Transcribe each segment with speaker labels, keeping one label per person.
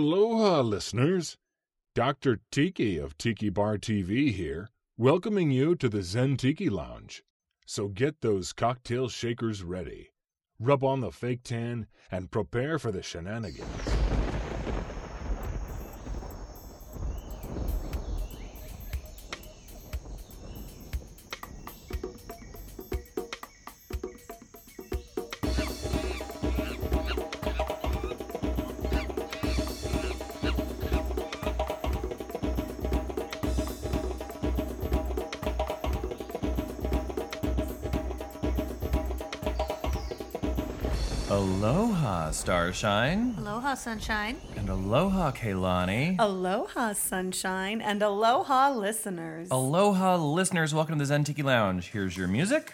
Speaker 1: Aloha, listeners! Dr. Tiki of Tiki Bar TV here, welcoming you to the Zen Tiki Lounge. So get those cocktail shakers ready, rub on the fake tan, and prepare for the shenanigans.
Speaker 2: Aloha, Starshine.
Speaker 3: Aloha, sunshine.
Speaker 2: And aloha, Kaylani.
Speaker 4: Aloha, sunshine, and aloha, listeners.
Speaker 2: Aloha, listeners. Welcome to the Zen Tiki Lounge. Here's your music.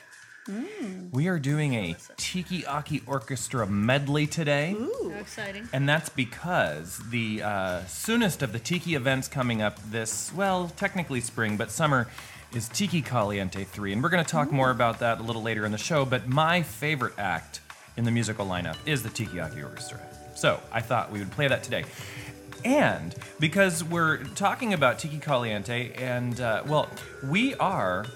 Speaker 2: We are doing a Tiki Aki Orchestra medley today.
Speaker 3: How exciting.
Speaker 2: And that's because the uh, soonest of the Tiki events coming up this, well, technically spring, but summer, is Tiki Caliente 3. And we're going to talk more about that a little later in the show. But my favorite act in the musical lineup is the Tiki Aki Orchestra. So I thought we would play that today. And because we're talking about Tiki Caliente, and uh, well, we are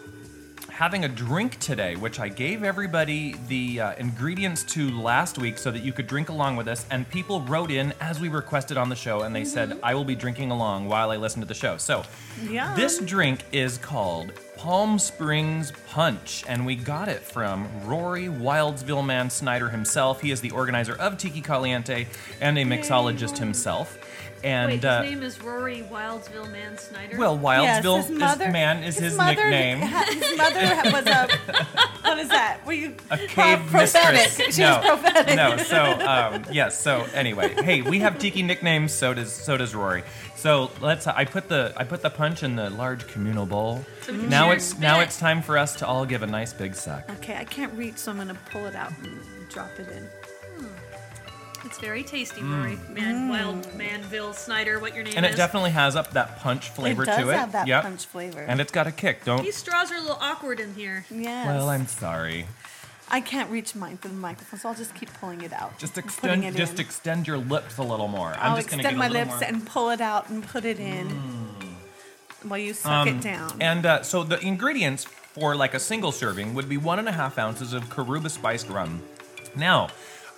Speaker 2: having a drink today, which I gave everybody the uh, ingredients to last week so that you could drink along with us. And people wrote in as we requested on the show, and they said, I will be drinking along while I listen to the show. So
Speaker 4: Yum.
Speaker 2: this drink is called Palm Springs Punch, and we got it from Rory Wildsville Man Snyder himself. He is the organizer of Tiki Caliente and a mixologist himself. And
Speaker 3: Wait,
Speaker 2: uh,
Speaker 3: his name is Rory Wildsville Man Snyder.
Speaker 2: well,
Speaker 4: Yes,
Speaker 2: Wildsville
Speaker 4: his mother-
Speaker 2: is, man is his,
Speaker 4: mother-
Speaker 2: nickname.
Speaker 4: ha- His mother ha- was a. What is that? Were you
Speaker 2: a
Speaker 4: pro-
Speaker 2: cave
Speaker 4: Uh, prophetic?
Speaker 2: mistress.
Speaker 4: She
Speaker 2: no,
Speaker 4: was prophetic.
Speaker 2: No, so um, yes. so anyway, hey, we have tiki nicknames. So does so does Rory. So let's. I put the I put the punch in the large communal bowl.
Speaker 3: So
Speaker 4: Mm-hmm.
Speaker 3: we can
Speaker 2: now
Speaker 3: share
Speaker 2: it's
Speaker 3: and
Speaker 2: now
Speaker 3: spit.
Speaker 2: it's time for us to all give a nice big suck.
Speaker 4: Okay, I can't reach, so I'm gonna pull it out and drop it in.
Speaker 3: it's very tasty, Rory Man Wild Manville Snyder. What your name
Speaker 2: mm, And
Speaker 3: is?
Speaker 2: it definitely has up that punch flavor
Speaker 4: it does
Speaker 2: to it.
Speaker 4: have that
Speaker 2: Yep.
Speaker 4: punch flavor.
Speaker 2: And it's got a kick. Don't.
Speaker 3: These straws are a little awkward in here.
Speaker 4: yes.
Speaker 2: well, I'm sorry.
Speaker 4: I can't reach mine through the microphone, so I'll just keep pulling it out.
Speaker 2: Just
Speaker 4: and putting
Speaker 2: extend.
Speaker 4: it
Speaker 2: Just
Speaker 4: in.
Speaker 2: extend your lips a little more. I'm
Speaker 4: I'll
Speaker 2: just gonna
Speaker 4: extend
Speaker 2: get
Speaker 4: my
Speaker 2: a little
Speaker 4: lips
Speaker 2: more.
Speaker 4: and pull it out and put it in while you suck it down.
Speaker 2: Mm. And uh, so the ingredients for like a single serving would be one and a half ounces of Karuba spiced rum. Now,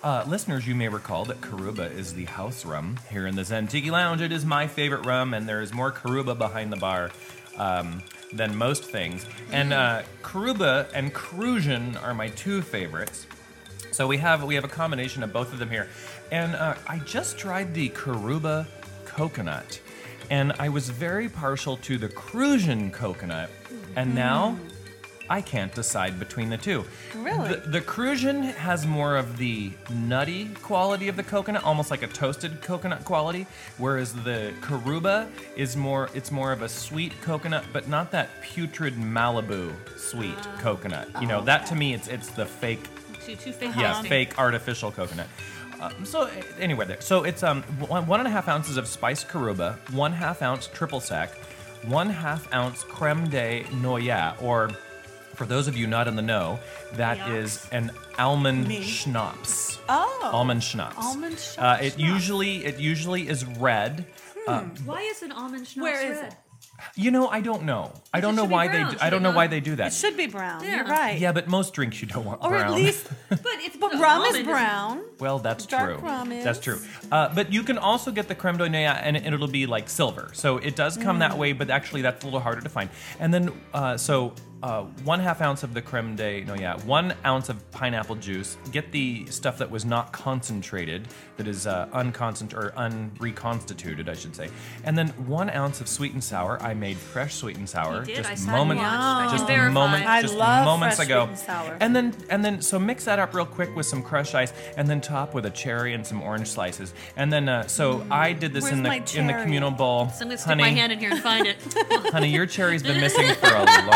Speaker 2: uh, listeners, you may recall that Karuba is the house rum here in the Zen Tiki Lounge. It is my favorite rum, and there is more Karuba behind the bar um, than most things. And uh, Karuba and Crusion are my two favorites. So we have we have a combination of both of them here, and uh, I just tried the Karuba coconut, and I was very partial to the Crusian coconut, and now I can't decide between the two.
Speaker 4: Really?
Speaker 2: the, the Crusian has more of the nutty quality of the coconut, almost like a toasted coconut quality, whereas the Karuba is more it's more of a sweet coconut, but not that putrid Malibu sweet coconut. You know that to me it's it's the fake
Speaker 3: Too, too fake.
Speaker 4: Um,
Speaker 2: yeah,
Speaker 3: tasting.
Speaker 2: fake artificial coconut. Um, so uh, anyway, there. So it's um one, one and a half ounces of spiced caruba, one half ounce triple sec, one half ounce creme de noya, or for those of you not in the know, that is
Speaker 3: Yuck.
Speaker 2: an almond
Speaker 4: Me.
Speaker 2: schnapps.
Speaker 4: oh,
Speaker 2: Almond schnapps.
Speaker 4: Almond sch-
Speaker 2: Uh, it
Speaker 4: schnapps.
Speaker 2: usually it usually is red.
Speaker 3: Why is an almond schnapps
Speaker 4: Where is
Speaker 3: red?
Speaker 4: it?
Speaker 2: You know, I don't know. I
Speaker 3: It
Speaker 2: don't know
Speaker 3: should be
Speaker 2: why
Speaker 3: brown,
Speaker 2: they. Do,
Speaker 3: should
Speaker 2: I don't
Speaker 3: it
Speaker 2: know why
Speaker 3: not?
Speaker 2: they do that.
Speaker 4: it should be brown. You're
Speaker 3: Yeah.
Speaker 4: right.
Speaker 2: yeah, but most drinks you don't want
Speaker 4: or
Speaker 2: brown.
Speaker 4: at least
Speaker 3: But if
Speaker 4: But
Speaker 3: the
Speaker 4: rum
Speaker 3: almond
Speaker 4: is brown.
Speaker 2: Well, that's
Speaker 4: Dark
Speaker 2: true.
Speaker 4: rum is-
Speaker 2: That's true. Uh, but you can also get the creme de noyer, and it'll be like silver. So it does come that way, but actually that's a little harder to find. And then, uh, so uh, one half ounce of the creme de noyer, one ounce of pineapple juice. Get the stuff that was not concentrated, that is uh, unconcent or unreconstituted, I should say. And then one ounce of sweet and sour. I made fresh sweet and sour
Speaker 3: You did.
Speaker 2: just
Speaker 3: I saw you
Speaker 2: moments,
Speaker 3: watched. I can
Speaker 2: just
Speaker 3: verify.
Speaker 2: moments,
Speaker 4: I
Speaker 2: just
Speaker 4: love
Speaker 2: moments
Speaker 4: fresh
Speaker 2: ago.
Speaker 4: sweet and sour.
Speaker 2: And then and then so mix that up real quick with some crushed ice, and then top with a cherry and some orange slices. And then uh, so I did this
Speaker 4: Where's
Speaker 2: in the
Speaker 4: my
Speaker 2: in the
Speaker 4: cherry?
Speaker 2: communal bowl.
Speaker 3: So I'm gonna stick
Speaker 2: honey,
Speaker 3: my hand in here and find it.
Speaker 2: honey, your cherry's been missing for a long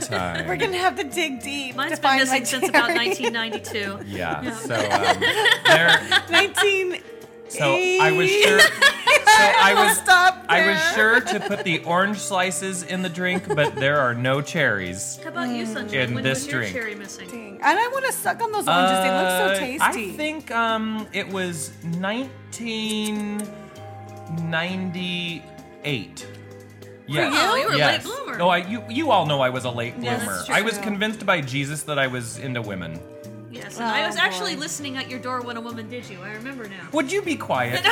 Speaker 2: time.
Speaker 4: we're gonna have to dig deep
Speaker 3: Mine's
Speaker 4: to
Speaker 3: been
Speaker 4: find
Speaker 3: missing
Speaker 4: my
Speaker 3: since about
Speaker 4: cherry.
Speaker 3: 1992.
Speaker 2: yeah, so um, there.
Speaker 4: 19.
Speaker 2: So I was sure. So I
Speaker 4: We'll
Speaker 2: was
Speaker 4: stop
Speaker 2: I was
Speaker 4: there.
Speaker 2: sure to put the orange slices in the drink, but there are no cherries.
Speaker 3: How about
Speaker 4: Mm.
Speaker 3: you, sunshine?
Speaker 2: In
Speaker 3: when
Speaker 2: this
Speaker 3: was your
Speaker 2: drink.
Speaker 3: cherry missing?
Speaker 4: And I want to suck on those
Speaker 3: Oh,
Speaker 4: oranges. they look so
Speaker 2: Uh,
Speaker 4: tasty.
Speaker 2: I think um, it was 19. 98.
Speaker 4: you? Oh,
Speaker 3: you were a late
Speaker 2: yes.
Speaker 3: bloomer.
Speaker 2: No, I, you, you all know I was a late
Speaker 4: Yeah, that's
Speaker 2: bloomer.
Speaker 4: true.
Speaker 2: I was convinced by Jesus that I was into women.
Speaker 3: Yes, and I was
Speaker 4: Oh,
Speaker 3: actually
Speaker 4: boy.
Speaker 3: listening at your door when a woman did you. I remember now.
Speaker 2: Would you be quiet?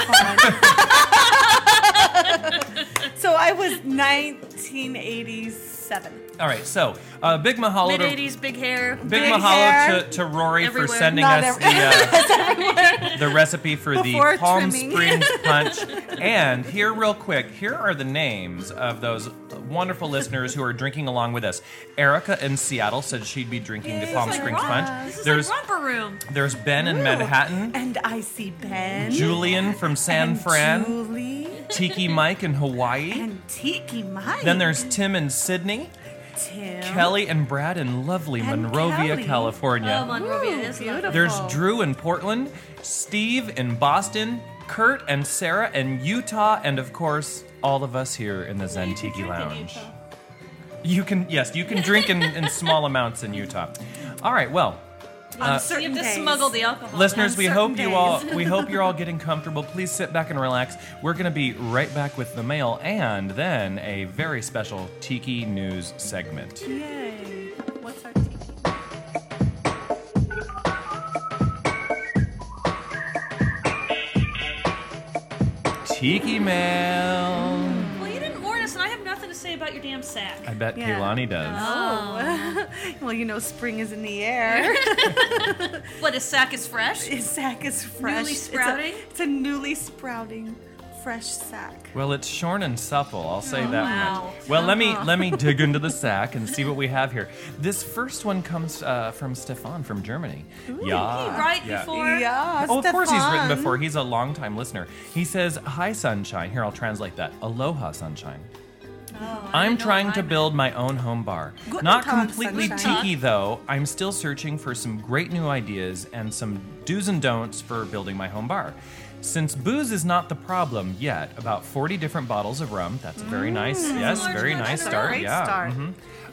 Speaker 4: So I was 1987.
Speaker 2: all right, so uh, big mahalo
Speaker 3: Mid
Speaker 2: to
Speaker 3: eighties, big hair.
Speaker 2: Big
Speaker 4: Big
Speaker 2: mahalo
Speaker 4: hair.
Speaker 2: to, to Rory for
Speaker 3: Everywhere.
Speaker 2: sending
Speaker 4: Not
Speaker 2: us
Speaker 4: every-
Speaker 2: the, uh, the recipe for
Speaker 4: Before
Speaker 2: the Palm
Speaker 4: trimming.
Speaker 2: Springs Punch. and here, real quick, here are the names of those wonderful listeners who are drinking along with us. Erica in Seattle said she'd be drinking the
Speaker 4: Yay,
Speaker 2: Palm
Speaker 4: it's like
Speaker 2: Springs
Speaker 4: rock.
Speaker 2: Punch.
Speaker 3: This is
Speaker 2: There's
Speaker 3: like romper room.
Speaker 2: there's Ben in
Speaker 4: Ooh.
Speaker 2: Manhattan,
Speaker 4: And I see Ben.
Speaker 2: Julian from San
Speaker 4: and
Speaker 2: Fran,
Speaker 4: Julie.
Speaker 2: Tiki Mike in Hawaii.
Speaker 4: And Tiki Mike.
Speaker 2: Then there's Tim in Sydney,
Speaker 4: Tim.
Speaker 2: Kelly and Brad in lovely
Speaker 4: And
Speaker 2: Monrovia,
Speaker 4: Kelly.
Speaker 2: California.
Speaker 3: Oh, Monrovia
Speaker 4: Ooh,
Speaker 3: is
Speaker 4: beautiful.
Speaker 3: lovely.
Speaker 2: There's
Speaker 4: Oh.
Speaker 2: Drew in Portland, Steve in Boston, Kurt and Sarah in Utah, and of course, all of us here in the Zen Tiki Lounge. You can, yes, you can drink in, in small amounts in Utah. All right, well, uh,
Speaker 4: On
Speaker 3: You
Speaker 4: certain
Speaker 3: have to
Speaker 4: days.
Speaker 3: smuggle the alcohol.
Speaker 2: listeners, we
Speaker 4: certain
Speaker 2: hope you all
Speaker 4: days.
Speaker 2: we hope you're all getting comfortable. Please sit back and relax. We're gonna be right back with the mail and then a very special Tiki news segment.
Speaker 4: Yay. What's our Tiki?
Speaker 2: Tiki mail.
Speaker 3: Well, you didn't warn us, and I have nothing to say about your damn sack.
Speaker 2: I bet
Speaker 4: Yeah.
Speaker 2: Kehlani does.
Speaker 4: Oh. well, you know, spring is in the air.
Speaker 3: What a sack is fresh.
Speaker 4: His sack is fresh.
Speaker 3: Newly
Speaker 4: It's a-
Speaker 3: sprouting?
Speaker 4: It's a, newly sprouting, fresh sack.
Speaker 2: Well, it's shorn and supple. I'll say that
Speaker 3: Oh, wow. Uh-huh.
Speaker 2: much. Well, let me let me dig into the sack and see what we have here. This first one comes uh, from Stefan from Germany. yeah,
Speaker 3: Right
Speaker 2: yeah.
Speaker 3: before.
Speaker 4: Yeah,
Speaker 2: Oh, of course he's written
Speaker 4: Stefan.
Speaker 2: before. He's a longtime listener. He says, "Hi, sunshine." Here, I'll translate that. Aloha, sunshine. I'm trying to build my own home bar.
Speaker 4: Guten
Speaker 2: Not
Speaker 4: Tag,
Speaker 2: completely
Speaker 4: Sunshine.
Speaker 2: tiki though. I'm still searching for some great new ideas and some do's and don'ts for building my home bar. Since booze is not the problem yet, about 40 different bottles of rum. That's a very nice. Yes,
Speaker 3: large
Speaker 2: very
Speaker 3: amount.
Speaker 2: nice
Speaker 3: That's a
Speaker 2: start.
Speaker 4: Mm. Great
Speaker 2: yeah.
Speaker 4: start.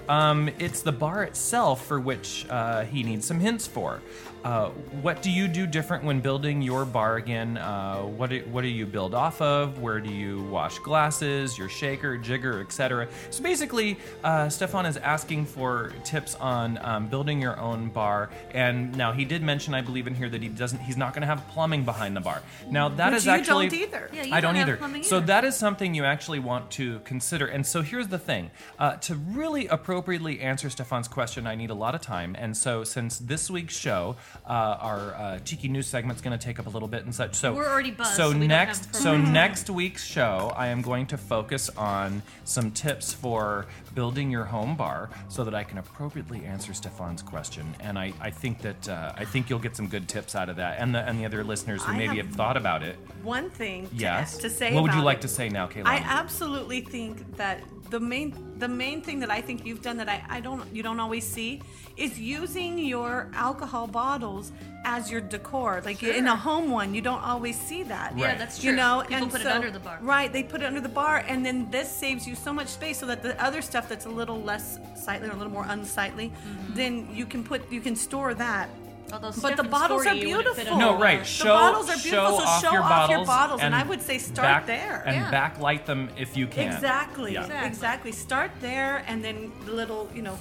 Speaker 2: Um, it's the bar itself for which uh, he needs some hints for. Uh, what do you do different when building your bar again? Uh, what do, what do you build off of? Where do you wash glasses, your shaker, jigger, etc.? So basically, uh, Stefan is asking for tips on um, building your own bar. And now he did mention, I believe, in here that he doesn't. He's not going to have plumbing behind the bar. Now that
Speaker 4: Which
Speaker 2: is
Speaker 4: you
Speaker 2: actually
Speaker 4: don't either.
Speaker 3: Yeah, you
Speaker 2: I don't
Speaker 3: don't have
Speaker 2: either.
Speaker 3: plumbing
Speaker 2: So
Speaker 3: either.
Speaker 2: that is something you actually want to consider. And so here's the thing: uh, to really appropriately answer Stefan's question, I need a lot of time. And so since this week's show, uh, our uh, Tiki News segment's going to take up a little bit and such. So
Speaker 3: We're already buzzed,
Speaker 2: So
Speaker 3: so we don't have
Speaker 2: next,
Speaker 3: time.
Speaker 2: so next week's show, I am going to focus on some tips for building your home bar, so that I can appropriately answer Stefan's question. And I, I think that uh, I think you'll get some good tips out of that, and the and the other listeners who
Speaker 4: I
Speaker 2: maybe
Speaker 4: have
Speaker 2: have thought about it.
Speaker 4: One thing to,
Speaker 2: Yes.
Speaker 4: to say
Speaker 2: What would you
Speaker 4: about
Speaker 2: like
Speaker 4: it.
Speaker 2: to say now, Kayla?
Speaker 4: I absolutely think that the main the main thing that I think you've done that I, I don't you don't always see is using your alcohol bottles as your decor. Like in a home one, you don't always see that.
Speaker 3: Yeah,
Speaker 2: Right.
Speaker 3: that's true.
Speaker 4: You know,
Speaker 3: people
Speaker 4: and
Speaker 3: put
Speaker 4: so-
Speaker 3: it under the bar.
Speaker 4: Right, they put it under the bar, and then this saves you so much space, so that the other stuff that's a little less sightly or a little more unsightly,
Speaker 3: Mm-hmm.
Speaker 4: then you can put you can store that.
Speaker 3: Although
Speaker 4: But the
Speaker 3: Stefan's
Speaker 4: bottles are
Speaker 3: 40, you wouldn't fit
Speaker 4: beautiful.
Speaker 3: under
Speaker 2: no,
Speaker 3: the
Speaker 2: right.
Speaker 3: bar.
Speaker 2: Show,
Speaker 4: bottles are beautiful,
Speaker 2: show
Speaker 4: so
Speaker 2: off
Speaker 4: show
Speaker 2: your
Speaker 4: off
Speaker 2: bottles,
Speaker 4: your bottles, and I would say start
Speaker 2: back-
Speaker 4: there.
Speaker 2: and
Speaker 3: Yeah.
Speaker 2: backlight them if you can.
Speaker 4: Exactly.
Speaker 2: Yeah.
Speaker 4: exactly. Start there and then the little, you know,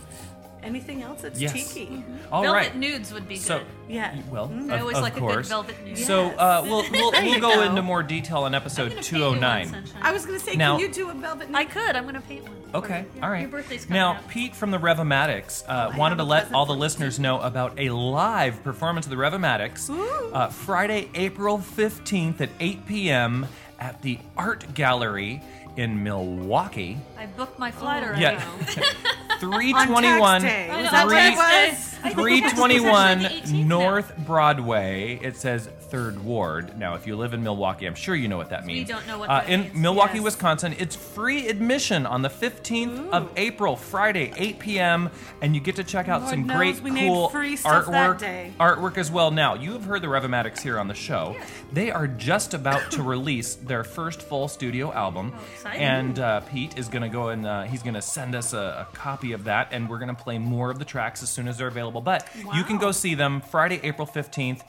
Speaker 4: anything else that's
Speaker 2: Yes.
Speaker 4: tiki.
Speaker 2: All
Speaker 3: Velvet
Speaker 2: right.
Speaker 3: nudes would be good.
Speaker 2: So
Speaker 4: Yeah.
Speaker 2: Well,
Speaker 4: Mm.
Speaker 3: I
Speaker 2: of,
Speaker 3: always
Speaker 2: of
Speaker 3: like a good
Speaker 2: course.
Speaker 3: velvet nude.
Speaker 2: So uh, we'll we'll, we'll
Speaker 4: you
Speaker 2: go
Speaker 4: go.
Speaker 2: into more detail in
Speaker 3: I'm
Speaker 2: episode
Speaker 3: gonna paint you
Speaker 2: two
Speaker 3: one,
Speaker 2: oh nine.
Speaker 3: Sunshine.
Speaker 4: I was going to say,
Speaker 2: Now-
Speaker 4: can you do a velvet?
Speaker 3: I could. I'm gonna paint one. for
Speaker 2: Okay,
Speaker 3: you.
Speaker 2: all right.
Speaker 3: Your birthday's coming
Speaker 2: now,
Speaker 3: up.
Speaker 2: Pete from the Revomatics uh,
Speaker 4: I
Speaker 2: wanted
Speaker 4: have
Speaker 2: to
Speaker 4: a
Speaker 2: let
Speaker 4: present
Speaker 2: all the
Speaker 4: for
Speaker 2: listeners know about a live performance of the Revomatics
Speaker 4: Ooh.
Speaker 2: uh, Friday, April 15th at 8 p.m. at the Art Gallery in Milwaukee.
Speaker 3: I booked my flight already.
Speaker 2: Yeah.
Speaker 4: on
Speaker 2: 321
Speaker 4: tax day.
Speaker 3: I
Speaker 4: Was
Speaker 3: know,
Speaker 4: that
Speaker 3: on
Speaker 4: what it
Speaker 3: tax
Speaker 4: was?
Speaker 3: day. I think it's actually the 18th
Speaker 2: 321
Speaker 3: now.
Speaker 2: North Broadway. It says Third Ward. Now, if you live in Milwaukee, I'm sure you know what that means.
Speaker 3: don't know what
Speaker 2: uh,
Speaker 3: that
Speaker 2: in
Speaker 3: means.
Speaker 2: Milwaukee,
Speaker 4: Yes.
Speaker 2: Wisconsin. It's free admission on the 15th of April, Friday, 8 p.m. And you get to check out
Speaker 4: Lord
Speaker 2: some
Speaker 4: knows
Speaker 2: great,
Speaker 4: we need
Speaker 2: cool
Speaker 4: free stuff that
Speaker 2: artwork.
Speaker 4: day.
Speaker 2: Artwork as well. Now, you have heard the Revomatics here on the show. They are just about to release their first full studio album,
Speaker 3: exciting.
Speaker 2: and and uh, Pete is gonna go and uh, he's gonna send us a, a copy of that, and we're gonna play more of the tracks as soon as they're available. But you can
Speaker 4: Wow.
Speaker 2: go see them Friday, April fifteenth.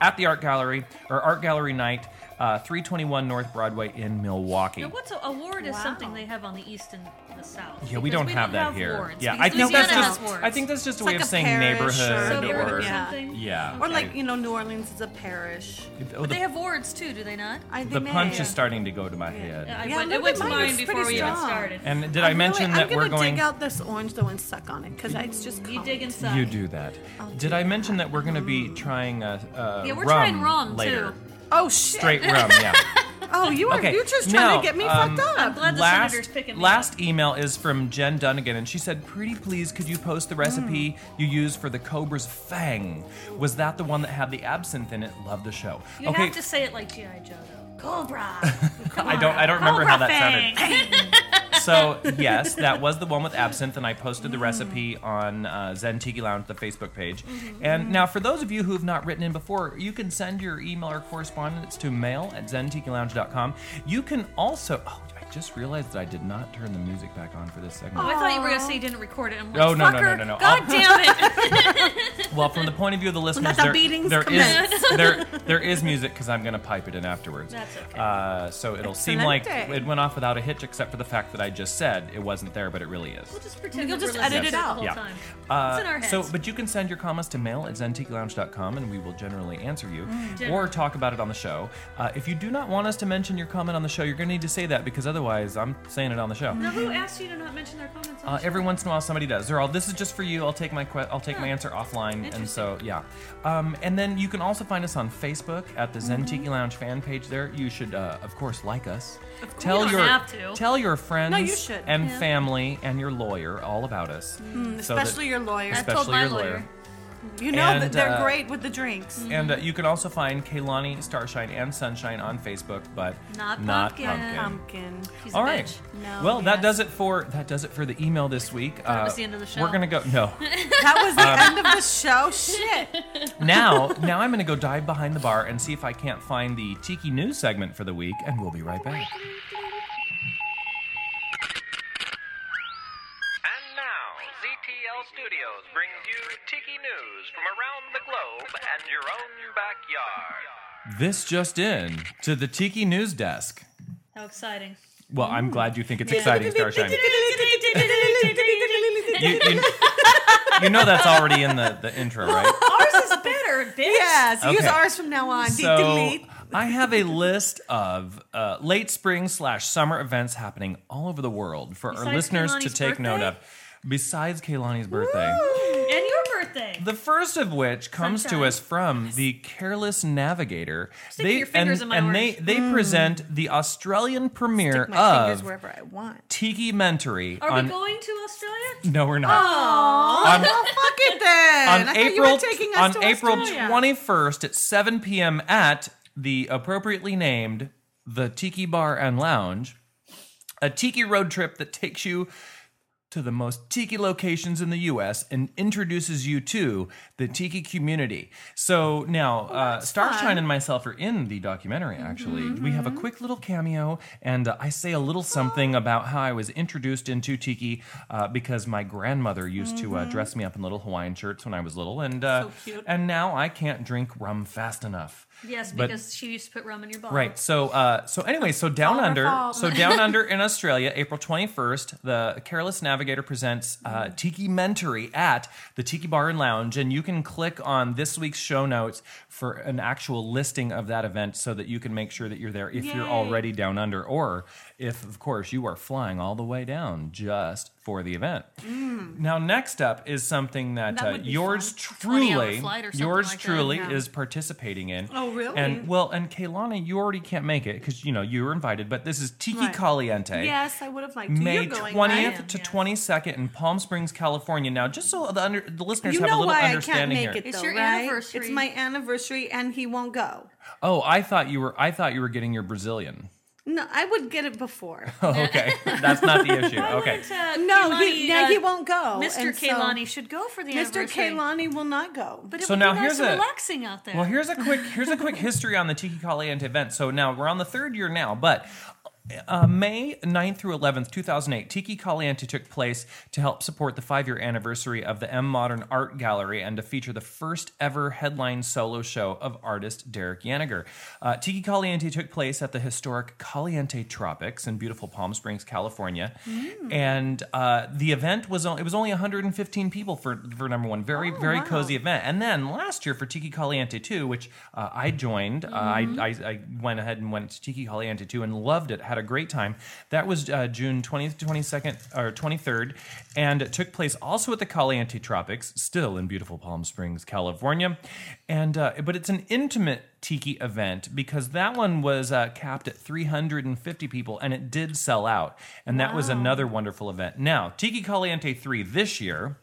Speaker 2: at the Art Gallery or Art Gallery Night, uh, 321 North Broadway in Milwaukee.
Speaker 3: Now, what's a, a ward is
Speaker 4: Wow.
Speaker 3: something they have on the east and the south.
Speaker 2: Yeah, we
Speaker 3: because
Speaker 2: don't have that here.
Speaker 3: wards,
Speaker 2: yeah, I
Speaker 3: because
Speaker 2: think that's
Speaker 3: Louisiana
Speaker 2: just.
Speaker 3: has wards.
Speaker 2: I think that's just a
Speaker 4: It's
Speaker 2: way
Speaker 4: like
Speaker 2: of
Speaker 4: a
Speaker 2: saying
Speaker 4: parish
Speaker 2: neighborhood
Speaker 4: or-
Speaker 2: or
Speaker 3: Suburb or
Speaker 4: Yeah.
Speaker 3: something.
Speaker 2: yeah.
Speaker 4: Or like
Speaker 2: I-
Speaker 4: you know, New Orleans is a parish.
Speaker 2: oh,
Speaker 3: But
Speaker 2: the,
Speaker 3: they have wards too, do they not?
Speaker 4: I, they
Speaker 2: the
Speaker 4: may.
Speaker 2: punch is starting to go to my head.
Speaker 3: Yeah, I
Speaker 4: Yeah,
Speaker 3: went, I
Speaker 4: look
Speaker 3: went
Speaker 4: at
Speaker 3: to
Speaker 4: mine,
Speaker 3: mine
Speaker 4: it's
Speaker 3: before
Speaker 4: pretty
Speaker 3: we even
Speaker 4: strong.
Speaker 3: started.
Speaker 2: And did I, mention
Speaker 4: really,
Speaker 2: that
Speaker 4: I'm
Speaker 2: we're
Speaker 4: gonna
Speaker 2: going?
Speaker 4: dig out this orange though and suck on it because it's just.
Speaker 3: you
Speaker 4: cold.
Speaker 3: dig inside.
Speaker 2: You do that. Did I mention that we're going to be trying uh, uh,
Speaker 3: Yeah, we're
Speaker 2: rum
Speaker 3: trying rum,
Speaker 2: later?
Speaker 3: too.
Speaker 4: Oh shit!
Speaker 2: Straight rum, yeah.
Speaker 4: Oh, you are
Speaker 2: Okay,
Speaker 4: you're just trying
Speaker 2: now,
Speaker 4: to get me
Speaker 2: um,
Speaker 4: fucked
Speaker 3: I'm
Speaker 4: up.
Speaker 3: glad the senator's
Speaker 2: last
Speaker 3: picking me.
Speaker 2: last email is from Jen Dunnigan, and she said, "Pretty please, could you post the recipe
Speaker 4: Mm.
Speaker 2: you used for the cobra's fang? Was that the one that had the absinthe in it? Love the show.
Speaker 3: You
Speaker 2: okay,
Speaker 3: have to say it like GI Joe though. Cobra. Come
Speaker 2: I don't
Speaker 3: on.
Speaker 2: I don't remember how
Speaker 3: Cobra
Speaker 2: that sounded.
Speaker 3: fang.
Speaker 2: So yes, that was the one with absinthe, and I posted the recipe on uh, Zen Tiki Lounge, the Facebook page. And now, for those of you who have not written in before, you can send your email or correspondence to mail at zentikilounge.com. You can also. Oh, I just realized that I did not turn the music back on for this segment.
Speaker 3: Oh, I thought you were gonna say you didn't record it. I'm like,
Speaker 2: Oh, no, no, no,
Speaker 3: fucker.
Speaker 2: no, no.
Speaker 3: God
Speaker 2: I'll-
Speaker 3: damn it!
Speaker 2: Well, from the point of view of the listeners,
Speaker 4: Let the
Speaker 2: there-
Speaker 4: beatings
Speaker 2: there is
Speaker 4: commence.
Speaker 2: there there is music because I'm going to pipe it in afterwards.
Speaker 3: That's okay.
Speaker 2: Uh, so it'll seem like
Speaker 4: Excelente.
Speaker 2: it went off without a hitch, except for the fact that I just said it wasn't there, but it really is.
Speaker 3: We'll just pretend
Speaker 4: You'll
Speaker 3: that
Speaker 4: just
Speaker 3: we're listening
Speaker 4: edit it
Speaker 3: to the
Speaker 4: out.
Speaker 3: whole
Speaker 2: Yeah.
Speaker 3: time.
Speaker 2: Uh,
Speaker 3: it's in our heads.
Speaker 2: So, but you can send your comments to mail at zentikilounge.com and we will generally answer you or
Speaker 3: Mm, Generally.
Speaker 2: talk about it on the show. Uh, if you do not want us to mention your comment on the show, you're going to need to say that because otherwise I'm saying it on the show.
Speaker 3: now, who asked you to not mention their comments? On
Speaker 2: Uh,
Speaker 3: the show?
Speaker 2: every once in a while, somebody does. They're all, "This is just for you. I'll take my que- I'll take my answer offline." And so, yeah. Um, and then you can also find us on Facebook at the
Speaker 3: Mm-hmm.
Speaker 2: Zen Tiki Lounge fan page. There, you should, uh, of course, like us. tell
Speaker 3: You don't
Speaker 2: your
Speaker 3: have to.
Speaker 2: tell your friends
Speaker 4: No, you should.
Speaker 2: and
Speaker 3: Yeah. Mm,
Speaker 2: family and your lawyer all about us. so that-
Speaker 4: Especially your lawyer.
Speaker 3: I told
Speaker 2: especially
Speaker 3: my
Speaker 2: your
Speaker 3: lawyer.
Speaker 2: lawyer.
Speaker 4: You know
Speaker 2: And,
Speaker 4: that they're
Speaker 2: uh,
Speaker 4: great with the drinks.
Speaker 2: And uh, you can also find Kaylani, Starshine, and Sunshine on Facebook, but
Speaker 3: Not pumpkin.
Speaker 4: Pumpkin.
Speaker 3: She's a
Speaker 2: All right.
Speaker 3: bitch.
Speaker 4: No,
Speaker 2: well, that
Speaker 4: yes.
Speaker 2: does it for that does it for the email this week. Uh,
Speaker 3: thought it was the end of the show.
Speaker 2: We're gonna go no.
Speaker 4: That was the
Speaker 2: Um,
Speaker 4: end of the show. Shit.
Speaker 2: now, now I'm gonna go dive behind the bar and see if I can't find the Tiki News segment for the week, and we'll be right back.
Speaker 5: And now, ZTL Studios brings you Tiki News from around the globe and your own backyard.
Speaker 2: This just in to the Tiki News desk.
Speaker 3: How exciting!
Speaker 2: Well, I'm glad you think it's exciting, Starshine. you, you, you know that's already in the, the intro, right?
Speaker 3: Ours is better, bitch.
Speaker 4: Yes. Use
Speaker 2: Okay.
Speaker 4: ours from now on. De-
Speaker 2: so
Speaker 4: delete.
Speaker 2: I have a list of uh, late spring slash summer events happening all over the world for our
Speaker 3: Besides
Speaker 2: listeners to
Speaker 3: Kehlani's
Speaker 2: take note
Speaker 3: birthday?
Speaker 2: of. Besides Kaylani's birthday,
Speaker 3: And your birthday.
Speaker 2: the first of which comes to
Speaker 3: Sunshine.
Speaker 2: us from the Careless Navigator.
Speaker 3: Sticking your fingers
Speaker 2: and,
Speaker 3: in my
Speaker 2: and they
Speaker 3: orange. Mm.
Speaker 2: they present the Australian premiere
Speaker 4: Stick my fingers
Speaker 2: of
Speaker 4: wherever I want.
Speaker 2: Tiki Mentary.
Speaker 3: Are
Speaker 2: on,
Speaker 3: we going to Australia?
Speaker 2: No, we're not.
Speaker 4: Oh, well, fuck it then. I
Speaker 2: Um, on
Speaker 4: thought you
Speaker 2: April
Speaker 4: were taking us
Speaker 2: on
Speaker 4: to
Speaker 2: April
Speaker 4: Australia.
Speaker 2: 21st at 7 p.m. at the appropriately named the Tiki Bar and Lounge, a tiki road trip that takes you to the most tiki locations in the U.S. and introduces you to the tiki community. So now, uh, Starshine and myself are in the documentary. Actually, we have a quick little cameo, and uh, I say a little something about how I was introduced into tiki uh, because my grandmother used to uh, dress me up in little Hawaiian shirts when I was little, and uh,
Speaker 4: So cute.
Speaker 2: and now I can't drink rum fast enough.
Speaker 3: Yes,
Speaker 2: But-
Speaker 3: because she used to put rum in your bottle.
Speaker 2: Right. So uh, so anyway, so down
Speaker 4: her
Speaker 2: under,
Speaker 4: fault.
Speaker 2: so down under in Australia, April 21st, the Careless Navigator presents uh, Tiki Mentary at the Tiki Bar and Lounge, and you can click on this week's show notes for an actual listing of that event, so that you can make sure that you're there if you're
Speaker 4: Yay.
Speaker 2: already down under, or if of course you are flying all the way down just for the event. Now, next up is something that,
Speaker 4: That
Speaker 2: uh,
Speaker 4: would be
Speaker 2: yours
Speaker 3: fun. A 20 hour
Speaker 2: truly,
Speaker 3: flight or something
Speaker 2: yours
Speaker 3: like that,
Speaker 2: truly
Speaker 4: yeah.
Speaker 2: is participating in.
Speaker 4: Oh, really?
Speaker 2: And well, and Kaylani, you already can't make it because you know you were invited, but this is Tiki
Speaker 4: Right.
Speaker 2: Caliente.
Speaker 4: Yes, I would have liked to.
Speaker 2: May
Speaker 4: You're going, right?
Speaker 3: am,
Speaker 2: twentieth to
Speaker 3: yes.
Speaker 2: twenty second in Palm Springs, California. Now, just so the under, the listeners
Speaker 4: You
Speaker 2: have a
Speaker 4: know
Speaker 2: little
Speaker 4: why I can't
Speaker 2: understanding
Speaker 4: make
Speaker 2: here.
Speaker 4: it
Speaker 3: It's
Speaker 4: though,
Speaker 3: your
Speaker 4: right?
Speaker 3: anniversary.
Speaker 4: It's my anniversary, and he won't go.
Speaker 2: Oh, I thought you were I thought you were getting your Brazilian.
Speaker 4: No, I would get it before.
Speaker 2: Oh, okay, that's not the issue. Okay,
Speaker 4: no, he, no,
Speaker 3: uh,
Speaker 4: he won't go.
Speaker 3: Mr.
Speaker 4: and so-
Speaker 3: Kaylani should go for the
Speaker 4: Mr.
Speaker 3: anniversary.
Speaker 4: Kaylani will not go.
Speaker 3: But it
Speaker 2: So
Speaker 3: would
Speaker 2: now
Speaker 3: be
Speaker 2: here's
Speaker 3: nice and
Speaker 2: a-
Speaker 3: relaxing out there.
Speaker 2: Well, here's a quick here's a quick history on the Tiki Caliente event. So now we're on the third year now, but Uh, May 9th through 11th, 2008, Tiki Caliente took place to help support the five year anniversary of the M Modern Art Gallery and to feature the first ever headline solo show of artist Derek Yaniger. Uh, Tiki Caliente took place at the historic Caliente Tropics in beautiful Palm Springs, California. And uh, the event was, on- it was only 115 people for, for number one. Very, very
Speaker 4: wow.
Speaker 2: cozy event. And then last year for Tiki Caliente 2, which uh, I joined, uh, I, I, I went ahead and went to Tiki Caliente 2 and loved it, had a great time. That was uh, June 20th, 22nd, or 23rd, and it took place also at the Caliente Tropics, still in beautiful Palm Springs, California. And uh, But it's an intimate tiki event because that one was uh, capped at 350 people and it did sell out. And that was another wonderful event. Now, Tiki Caliente 3 this year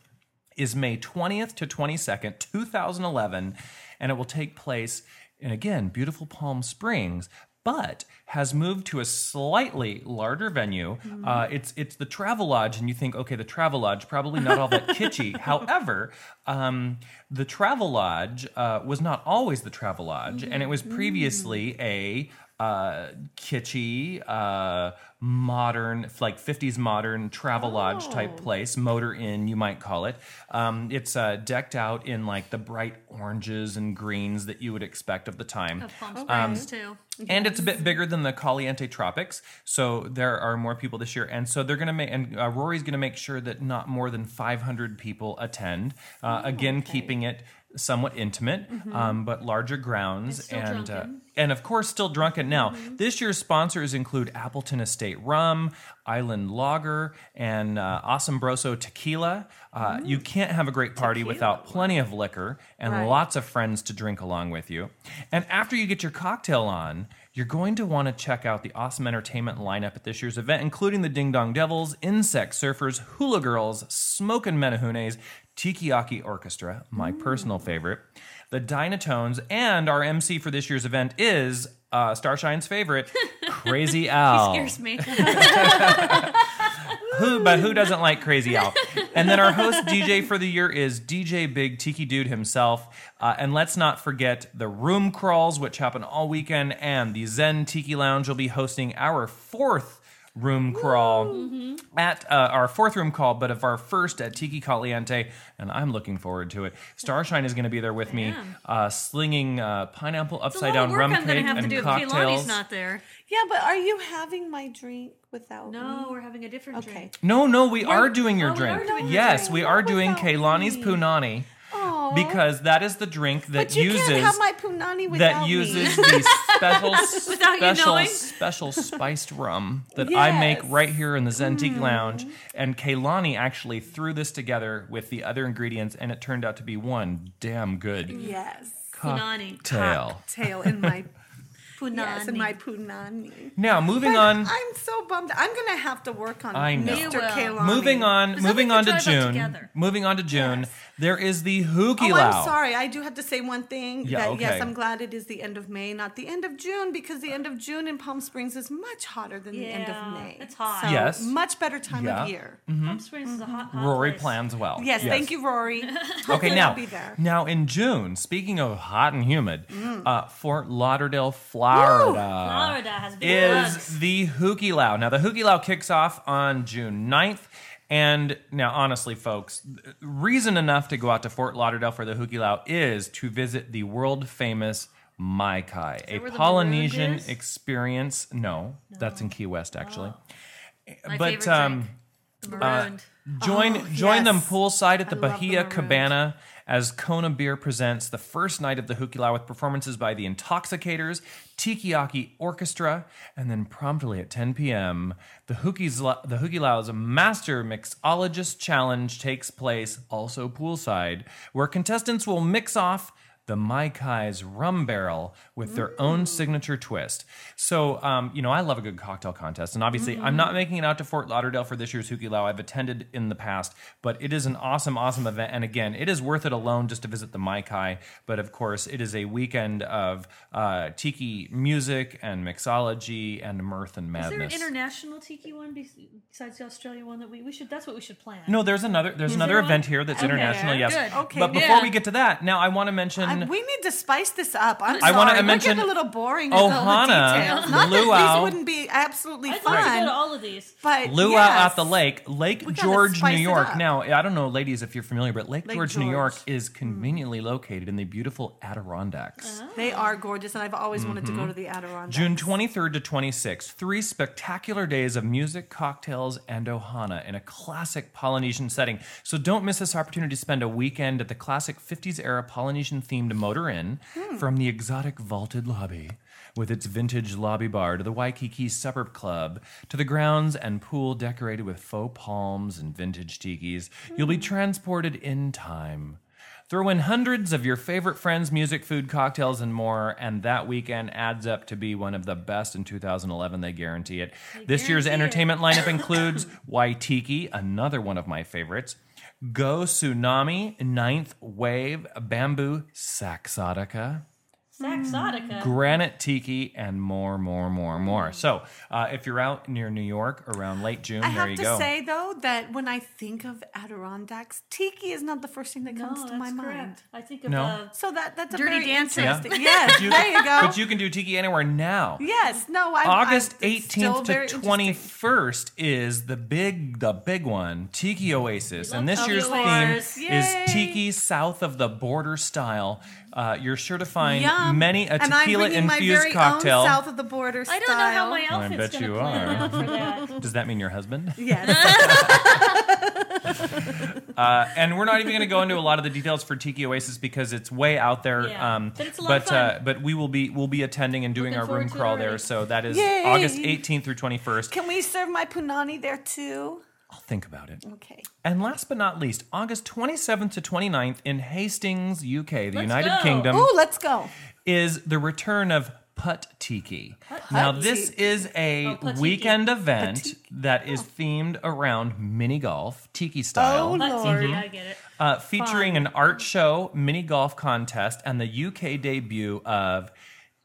Speaker 2: is May 20th to 22nd, 2011, and it will take place in again beautiful Palm Springs, but has moved to a slightly larger venue. Uh, it's it's the Travelodge, and you think, okay, the Travelodge probably not all that kitschy. However, um, the Travelodge uh, was not always the Travelodge, and it was previously a uh, kitschy, uh, modern, like 50s modern travelodge type place, motor inn, you might call it. Um, it's uh, decked out in like the bright oranges and greens that you would expect of the time.
Speaker 3: Of Palm
Speaker 2: Um,
Speaker 3: Springs too.
Speaker 2: And it's a bit bigger than the Caliente Tropics, so there are more people this year. And so they're going to make, and uh, Rory's going to make sure that not more than 500 people attend. Uh,
Speaker 3: Oh,
Speaker 2: again, keeping it somewhat intimate, um, but larger grounds.
Speaker 3: Mm-hmm. still
Speaker 2: and uh,
Speaker 3: drunken. Mm-hmm.
Speaker 2: and of course, still drunken. Now, this year's sponsors include Appleton Estate Rum, Island Lager, and uh, Asombroso Tequila.
Speaker 3: Mm-hmm.
Speaker 2: Uh, You can't have a great party without plenty of liquor and
Speaker 4: Right.
Speaker 2: lots of friends to drink along with you. And after you get your cocktail on, you're going to want to check out the awesome entertainment lineup at this year's event, including the Ding Dong Devils, Insect Surfers, Hula Girls, Smokin' Menahunes, Tikiaki Orchestra, my personal favorite, the Dynatones, and our MC for this year's event is uh, Starshine's favorite, Crazy Al
Speaker 3: Scares me.
Speaker 2: who but who doesn't like crazy al and then our host dj for the year is dj big tiki dude himself uh, and let's not forget the room crawls which happen all weekend and the zen tiki lounge will be hosting our fourth room crawl
Speaker 3: Mm-hmm.
Speaker 2: at uh, our fourth room call but of our first at tiki caliente and i'm looking forward to it starshine is going to be there with me uh, slinging uh, pineapple
Speaker 3: It's a lot
Speaker 2: upside
Speaker 3: of
Speaker 2: down
Speaker 3: work
Speaker 2: rum
Speaker 3: I'm gonna
Speaker 2: cake
Speaker 3: have to
Speaker 2: and
Speaker 3: do if
Speaker 2: cocktails
Speaker 3: Kehlani's not there.
Speaker 4: Yeah, but are you having my drink without me?
Speaker 3: No, we're having a different
Speaker 4: Mm-hmm. Okay.
Speaker 3: drink.
Speaker 2: no no we are doing your
Speaker 3: oh, we are
Speaker 2: drink
Speaker 3: doing your
Speaker 2: yes
Speaker 4: drink.
Speaker 2: we are
Speaker 4: What
Speaker 2: doing
Speaker 4: about
Speaker 2: kaylani's
Speaker 4: me?
Speaker 2: punani
Speaker 4: Aw.
Speaker 2: because that is the drink that
Speaker 4: but you
Speaker 2: uses
Speaker 4: can't have my punani without
Speaker 2: that
Speaker 4: me.
Speaker 2: uses the special
Speaker 3: Without you
Speaker 2: special
Speaker 3: knowing.
Speaker 2: special spiced rum that I make
Speaker 4: Yes. Mm-hmm.
Speaker 2: right here in the Zen Tiki Lounge. And Kaylani actually threw this together with the other ingredients, and it turned out to be one damn good
Speaker 4: yes.
Speaker 3: Punani.
Speaker 2: cocktail.
Speaker 4: Tail in my
Speaker 3: Punani.
Speaker 4: yes, in my punani.
Speaker 2: Now moving
Speaker 4: But
Speaker 2: on,
Speaker 4: I'm so bummed. I'm gonna have to work on
Speaker 2: I know.
Speaker 3: You
Speaker 4: Mr.
Speaker 3: will.
Speaker 4: Kalani.
Speaker 2: moving on,
Speaker 3: Because then
Speaker 2: moving
Speaker 3: we can
Speaker 2: on to
Speaker 3: try them
Speaker 2: June.
Speaker 3: together.
Speaker 2: Moving on to June. There is the Hookie
Speaker 4: Oh,
Speaker 2: Lao.
Speaker 4: I'm sorry. I do have to say one thing.
Speaker 2: Yeah,
Speaker 4: that,
Speaker 2: okay.
Speaker 4: Yes, I'm glad it is the end of May, not the end of June, because the end of June in Palm Springs is much hotter than the end
Speaker 3: Yeah,
Speaker 4: of May.
Speaker 3: it's hot.
Speaker 4: So
Speaker 2: Yes.
Speaker 4: much better time
Speaker 2: Yeah. Mm-hmm.
Speaker 4: of year.
Speaker 3: Palm Springs is a hot, hot
Speaker 2: Rory
Speaker 3: place.
Speaker 2: plans well.
Speaker 4: Yes, thank you, Rory. Hopefully
Speaker 2: Okay, now,
Speaker 4: I'll be there.
Speaker 2: now in June, speaking of hot and humid, uh, Fort Lauderdale, Florida
Speaker 3: Florida has big bugs.
Speaker 2: uh, is the Hookie Lao. Now, the Hookie Lao kicks off on June 9th. And now, honestly, folks, th- reason enough to go out to Fort Lauderdale for the Hookie Lao is to visit the world famous Mai Kai, a
Speaker 3: where the
Speaker 2: Polynesian
Speaker 3: maroon is?
Speaker 2: experience. No, that's in Key West, actually.
Speaker 3: My
Speaker 2: but,
Speaker 3: favorite
Speaker 2: um,
Speaker 3: drink. The marooned.
Speaker 2: Join join them
Speaker 4: Oh, yes.
Speaker 2: poolside at the
Speaker 4: I love
Speaker 2: Bahia
Speaker 4: the Maroons.
Speaker 2: Cabana as Kona Beer presents the first night of the Hukilau with performances by the Intoxicators, Tikiaki Orchestra, and then promptly at 10 p.m. the Hookies the Hukilau's Master Mixologist Challenge takes place also poolside, where contestants will mix off the Mai Kai's rum barrel with their own
Speaker 3: Mm.
Speaker 2: signature twist. So, um, you know, I love a good cocktail contest. And obviously, I'm
Speaker 3: Mm-hmm.
Speaker 2: not making it out to Fort Lauderdale for this year's Hukilau. I've attended in the past, but it is an awesome, awesome event. And again, it is worth it alone just to visit the Mai Kai. But of course, it is a weekend of uh, tiki music and mixology and mirth and
Speaker 3: Is there an
Speaker 2: madness.
Speaker 3: international tiki one bes- besides the Australia one that we, we should? That's what we should plan.
Speaker 2: no, there's another there's
Speaker 3: Is
Speaker 2: another
Speaker 3: there one?
Speaker 2: event here that's
Speaker 3: Okay.
Speaker 2: international, yes.
Speaker 3: Good.
Speaker 4: Okay,
Speaker 2: But before
Speaker 3: yeah.
Speaker 2: we get to that, now I want to mention
Speaker 4: I'm Yeah, we need to spice this up. I'm
Speaker 2: I
Speaker 4: sorry.
Speaker 2: wanna
Speaker 4: We're
Speaker 2: mention
Speaker 4: getting a little boring. with all the
Speaker 2: Ohana,
Speaker 4: details. Not that
Speaker 2: luau.
Speaker 4: these wouldn't be absolutely
Speaker 3: I'd like to go to
Speaker 4: fun,
Speaker 3: all of these.
Speaker 4: but
Speaker 2: Luau
Speaker 4: yes.
Speaker 2: at the lake, Lake
Speaker 4: We gotta
Speaker 2: George, New
Speaker 4: spice it
Speaker 2: York.
Speaker 4: up.
Speaker 2: Now, I don't know, ladies, if you're familiar, but Lake,
Speaker 4: Lake
Speaker 2: George, New York
Speaker 4: George. Mm-hmm.
Speaker 2: is conveniently located in the beautiful Adirondacks.
Speaker 4: They are gorgeous, and I've always wanted to go to the Adirondacks.
Speaker 2: Mm-hmm. June 23rd to 26th, three spectacular days of music, cocktails, and ohana in a classic Polynesian setting. So don't miss this opportunity to spend a weekend at the classic 50s era Polynesian themed Motor Inn from the exotic vaulted lobby. With its vintage lobby bar to the Waikiki Supper Club, to the grounds and pool decorated with faux palms and vintage tikis, you'll be transported in time. Throw in hundreds of your favorite friends, music, food, cocktails, and more, and that weekend adds up to be one of the best in 2011. They guarantee it. this year's
Speaker 3: guarantee it.
Speaker 2: entertainment lineup includes Waitiki, another one of my favorites, Go Tsunami, Ninth Wave, Bamboo, Saxotica.
Speaker 3: Saxotica.
Speaker 2: Granite Tiki and more, more, more, more. So, uh, if you're out near New York around late June,
Speaker 4: I
Speaker 2: there
Speaker 4: have
Speaker 2: you
Speaker 4: to
Speaker 2: go.
Speaker 4: say though that when I think of Adirondacks, tiki is not the first thing that
Speaker 3: no,
Speaker 4: comes
Speaker 3: that's
Speaker 4: to my mind.
Speaker 3: correct. I think of
Speaker 2: No.
Speaker 3: uh,
Speaker 4: So that that's a
Speaker 3: Dirty
Speaker 4: very
Speaker 3: Dancing.
Speaker 2: Yeah.
Speaker 4: interesting. Yes, there you go.
Speaker 2: But you can do Tiki anywhere now.
Speaker 4: yes, no, I
Speaker 2: August
Speaker 4: I, it's still
Speaker 2: eighteenth to
Speaker 4: very
Speaker 2: twenty
Speaker 4: interesting.
Speaker 2: first is the big the big one Tiki Oasis, and this
Speaker 3: Tiki
Speaker 2: year's
Speaker 3: Oasis.
Speaker 2: theme
Speaker 4: Yay.
Speaker 2: is Tiki South of the Border style. Uh, you're sure to find
Speaker 4: Yum.
Speaker 2: many a
Speaker 4: and I'm
Speaker 2: tequila
Speaker 4: bringing my
Speaker 2: infused
Speaker 4: very
Speaker 2: cocktail.
Speaker 4: Own south of the border.
Speaker 3: I don't know how my
Speaker 4: style.
Speaker 2: I
Speaker 3: outfit's
Speaker 2: bet
Speaker 3: gonna
Speaker 2: you
Speaker 3: plan
Speaker 2: are.
Speaker 3: out for that.
Speaker 2: Does that mean your husband?
Speaker 4: yes.
Speaker 2: Uh, and we're not even going to go into a lot of the details for Tiki Oasis because it's way out there.
Speaker 3: Yeah.
Speaker 2: Um,
Speaker 3: But it's a lot of
Speaker 2: but, Uh,
Speaker 3: fun.
Speaker 2: but we will be we'll be attending and doing
Speaker 3: Looking
Speaker 2: our room
Speaker 3: forward to it
Speaker 2: crawl there.
Speaker 3: already.
Speaker 2: So that is
Speaker 4: Yay.
Speaker 2: August eighteenth through twenty first.
Speaker 4: Can we serve my punani there too?
Speaker 2: I'll think about it.
Speaker 4: Okay.
Speaker 2: And last but not least, August 27th to 29th in Hastings, UK, the United
Speaker 3: go.
Speaker 2: Kingdom,
Speaker 4: Ooh, let's go.
Speaker 2: is the return of Put Tiki. now, this is
Speaker 3: Oh,
Speaker 2: a
Speaker 3: Put Tiki.
Speaker 2: weekend event that is themed around mini golf, tiki style,
Speaker 4: Oh,
Speaker 3: But
Speaker 4: Lord.
Speaker 3: Tiki, I get it.
Speaker 2: uh, featuring an art show, mini golf contest, and the UK debut of.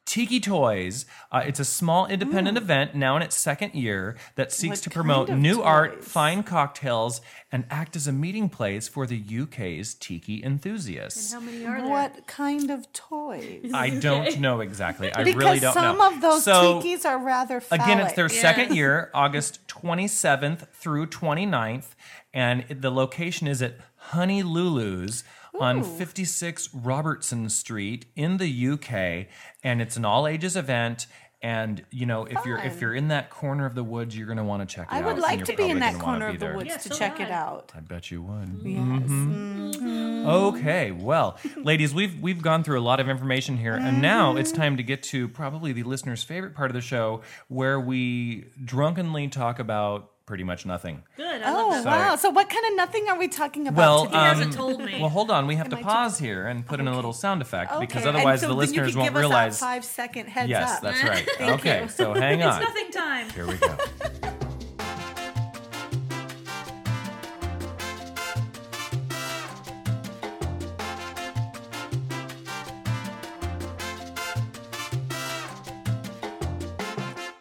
Speaker 2: Tiki Toys. Uh, it's a small independent event now in its second year that seeks
Speaker 4: What
Speaker 2: to promote
Speaker 4: kind of
Speaker 2: new art,
Speaker 4: toys?
Speaker 2: fine cocktails, and act as a meeting place for the UK's tiki enthusiasts.
Speaker 3: How many are there?
Speaker 4: What kind of toys?
Speaker 2: I don't know exactly. I
Speaker 4: Because
Speaker 2: really don't
Speaker 4: some
Speaker 2: know.
Speaker 4: of those
Speaker 2: so,
Speaker 4: tikis are rather phallic.
Speaker 2: Again, it's their second year, August 27th through 29th, and it- the location is at Honey Lulu's on 56 Robertson Street in the UK, and it's an all ages event. And you know, if you're if
Speaker 4: Fun.
Speaker 2: you're in that corner of the woods, you're gonna want to check it
Speaker 4: I
Speaker 2: out.
Speaker 4: would
Speaker 2: and
Speaker 4: like
Speaker 2: you're
Speaker 4: to be in
Speaker 2: probably
Speaker 4: that
Speaker 2: gonna wanna
Speaker 4: corner
Speaker 2: be
Speaker 4: of the
Speaker 2: there.
Speaker 4: woods
Speaker 3: Yeah,
Speaker 4: to
Speaker 3: so
Speaker 4: check
Speaker 3: would
Speaker 4: it
Speaker 3: I.
Speaker 4: out.
Speaker 2: I bet you would.
Speaker 4: Yes.
Speaker 2: Okay, well, ladies, we've we've gone through a lot of information here, and
Speaker 4: Mm-hmm.
Speaker 2: now it's time to get to probably the listener's favorite part of the show, where we drunkenly talk about pretty much nothing.
Speaker 3: Good. I
Speaker 4: Oh
Speaker 3: love that.
Speaker 4: wow! So what kind of nothing are we talking about?
Speaker 2: Well,
Speaker 4: today?
Speaker 3: He
Speaker 2: um,
Speaker 3: hasn't told me.
Speaker 2: Well, hold on, we have to
Speaker 4: I
Speaker 2: pause here and put in a little sound effect because
Speaker 4: Okay, and
Speaker 2: otherwise
Speaker 4: so
Speaker 2: the
Speaker 4: then you
Speaker 2: listeners
Speaker 4: could
Speaker 2: won't
Speaker 4: give us our
Speaker 2: realize.
Speaker 4: five second heads
Speaker 2: yes,
Speaker 4: up.
Speaker 2: that's right.
Speaker 4: Thank
Speaker 2: okay,
Speaker 4: you.
Speaker 2: so hang
Speaker 3: it's
Speaker 2: on.
Speaker 3: nothing time.
Speaker 2: Here we go.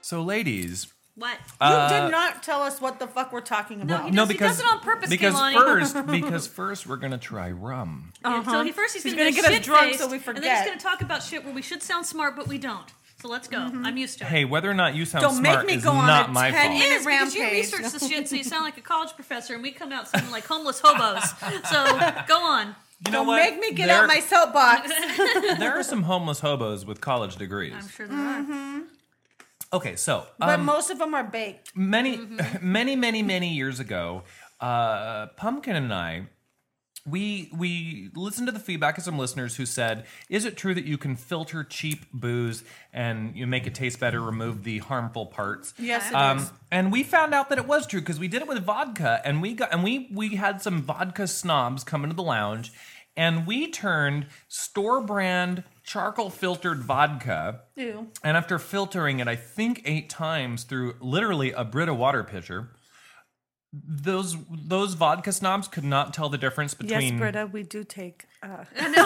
Speaker 2: So, ladies,
Speaker 3: What?
Speaker 4: You
Speaker 2: uh,
Speaker 4: did not tell us what the fuck we're talking about.
Speaker 3: does- he does it on purpose,
Speaker 2: because
Speaker 3: Kehlani.
Speaker 2: first because first we're gonna try rum.
Speaker 3: So he, first he's,
Speaker 4: Uh-huh. He's
Speaker 3: going to
Speaker 4: gonna get us drunk so we
Speaker 3: And then he's
Speaker 4: forget.
Speaker 3: going to talk about shit where we should sound smart but we don't. So let's go.
Speaker 4: Mm-hmm.
Speaker 3: I'm used to it.
Speaker 2: Hey, whether or not you sound
Speaker 4: Don't make
Speaker 2: smart
Speaker 4: me
Speaker 2: is
Speaker 4: go on
Speaker 2: not
Speaker 4: a
Speaker 2: my
Speaker 4: 10
Speaker 2: fault.
Speaker 3: It is because you
Speaker 4: Rampage.
Speaker 3: research this shit, so you sound like a college professor, and we come out sounding like homeless hobos. So go on.
Speaker 2: you know
Speaker 4: Don't
Speaker 2: what?
Speaker 4: make me get
Speaker 2: there,
Speaker 4: out my soapbox.
Speaker 2: there are some homeless hobos with college degrees.
Speaker 3: I'm sure there
Speaker 4: Mm-hmm.
Speaker 3: are.
Speaker 2: Okay, so
Speaker 4: but
Speaker 2: um,
Speaker 4: most of them are baked.
Speaker 2: many, many, many, many years ago, uh, Pumpkin and I. We we listened to the feedback of some listeners who said, "Is it true that you can filter cheap booze and you make it taste better, remove the harmful parts?"
Speaker 4: Yes, it
Speaker 2: Um, and we found out that it was true because we did it with vodka, and we got and we we had some vodka snobs come into the lounge, and we turned store brand charcoal filtered vodka.
Speaker 4: Ew.
Speaker 2: And after filtering it, I think eight times through literally a Brita water pitcher, those those vodka snobs could not tell the difference between
Speaker 4: Yes, Britta, we do take. Uh,
Speaker 3: we will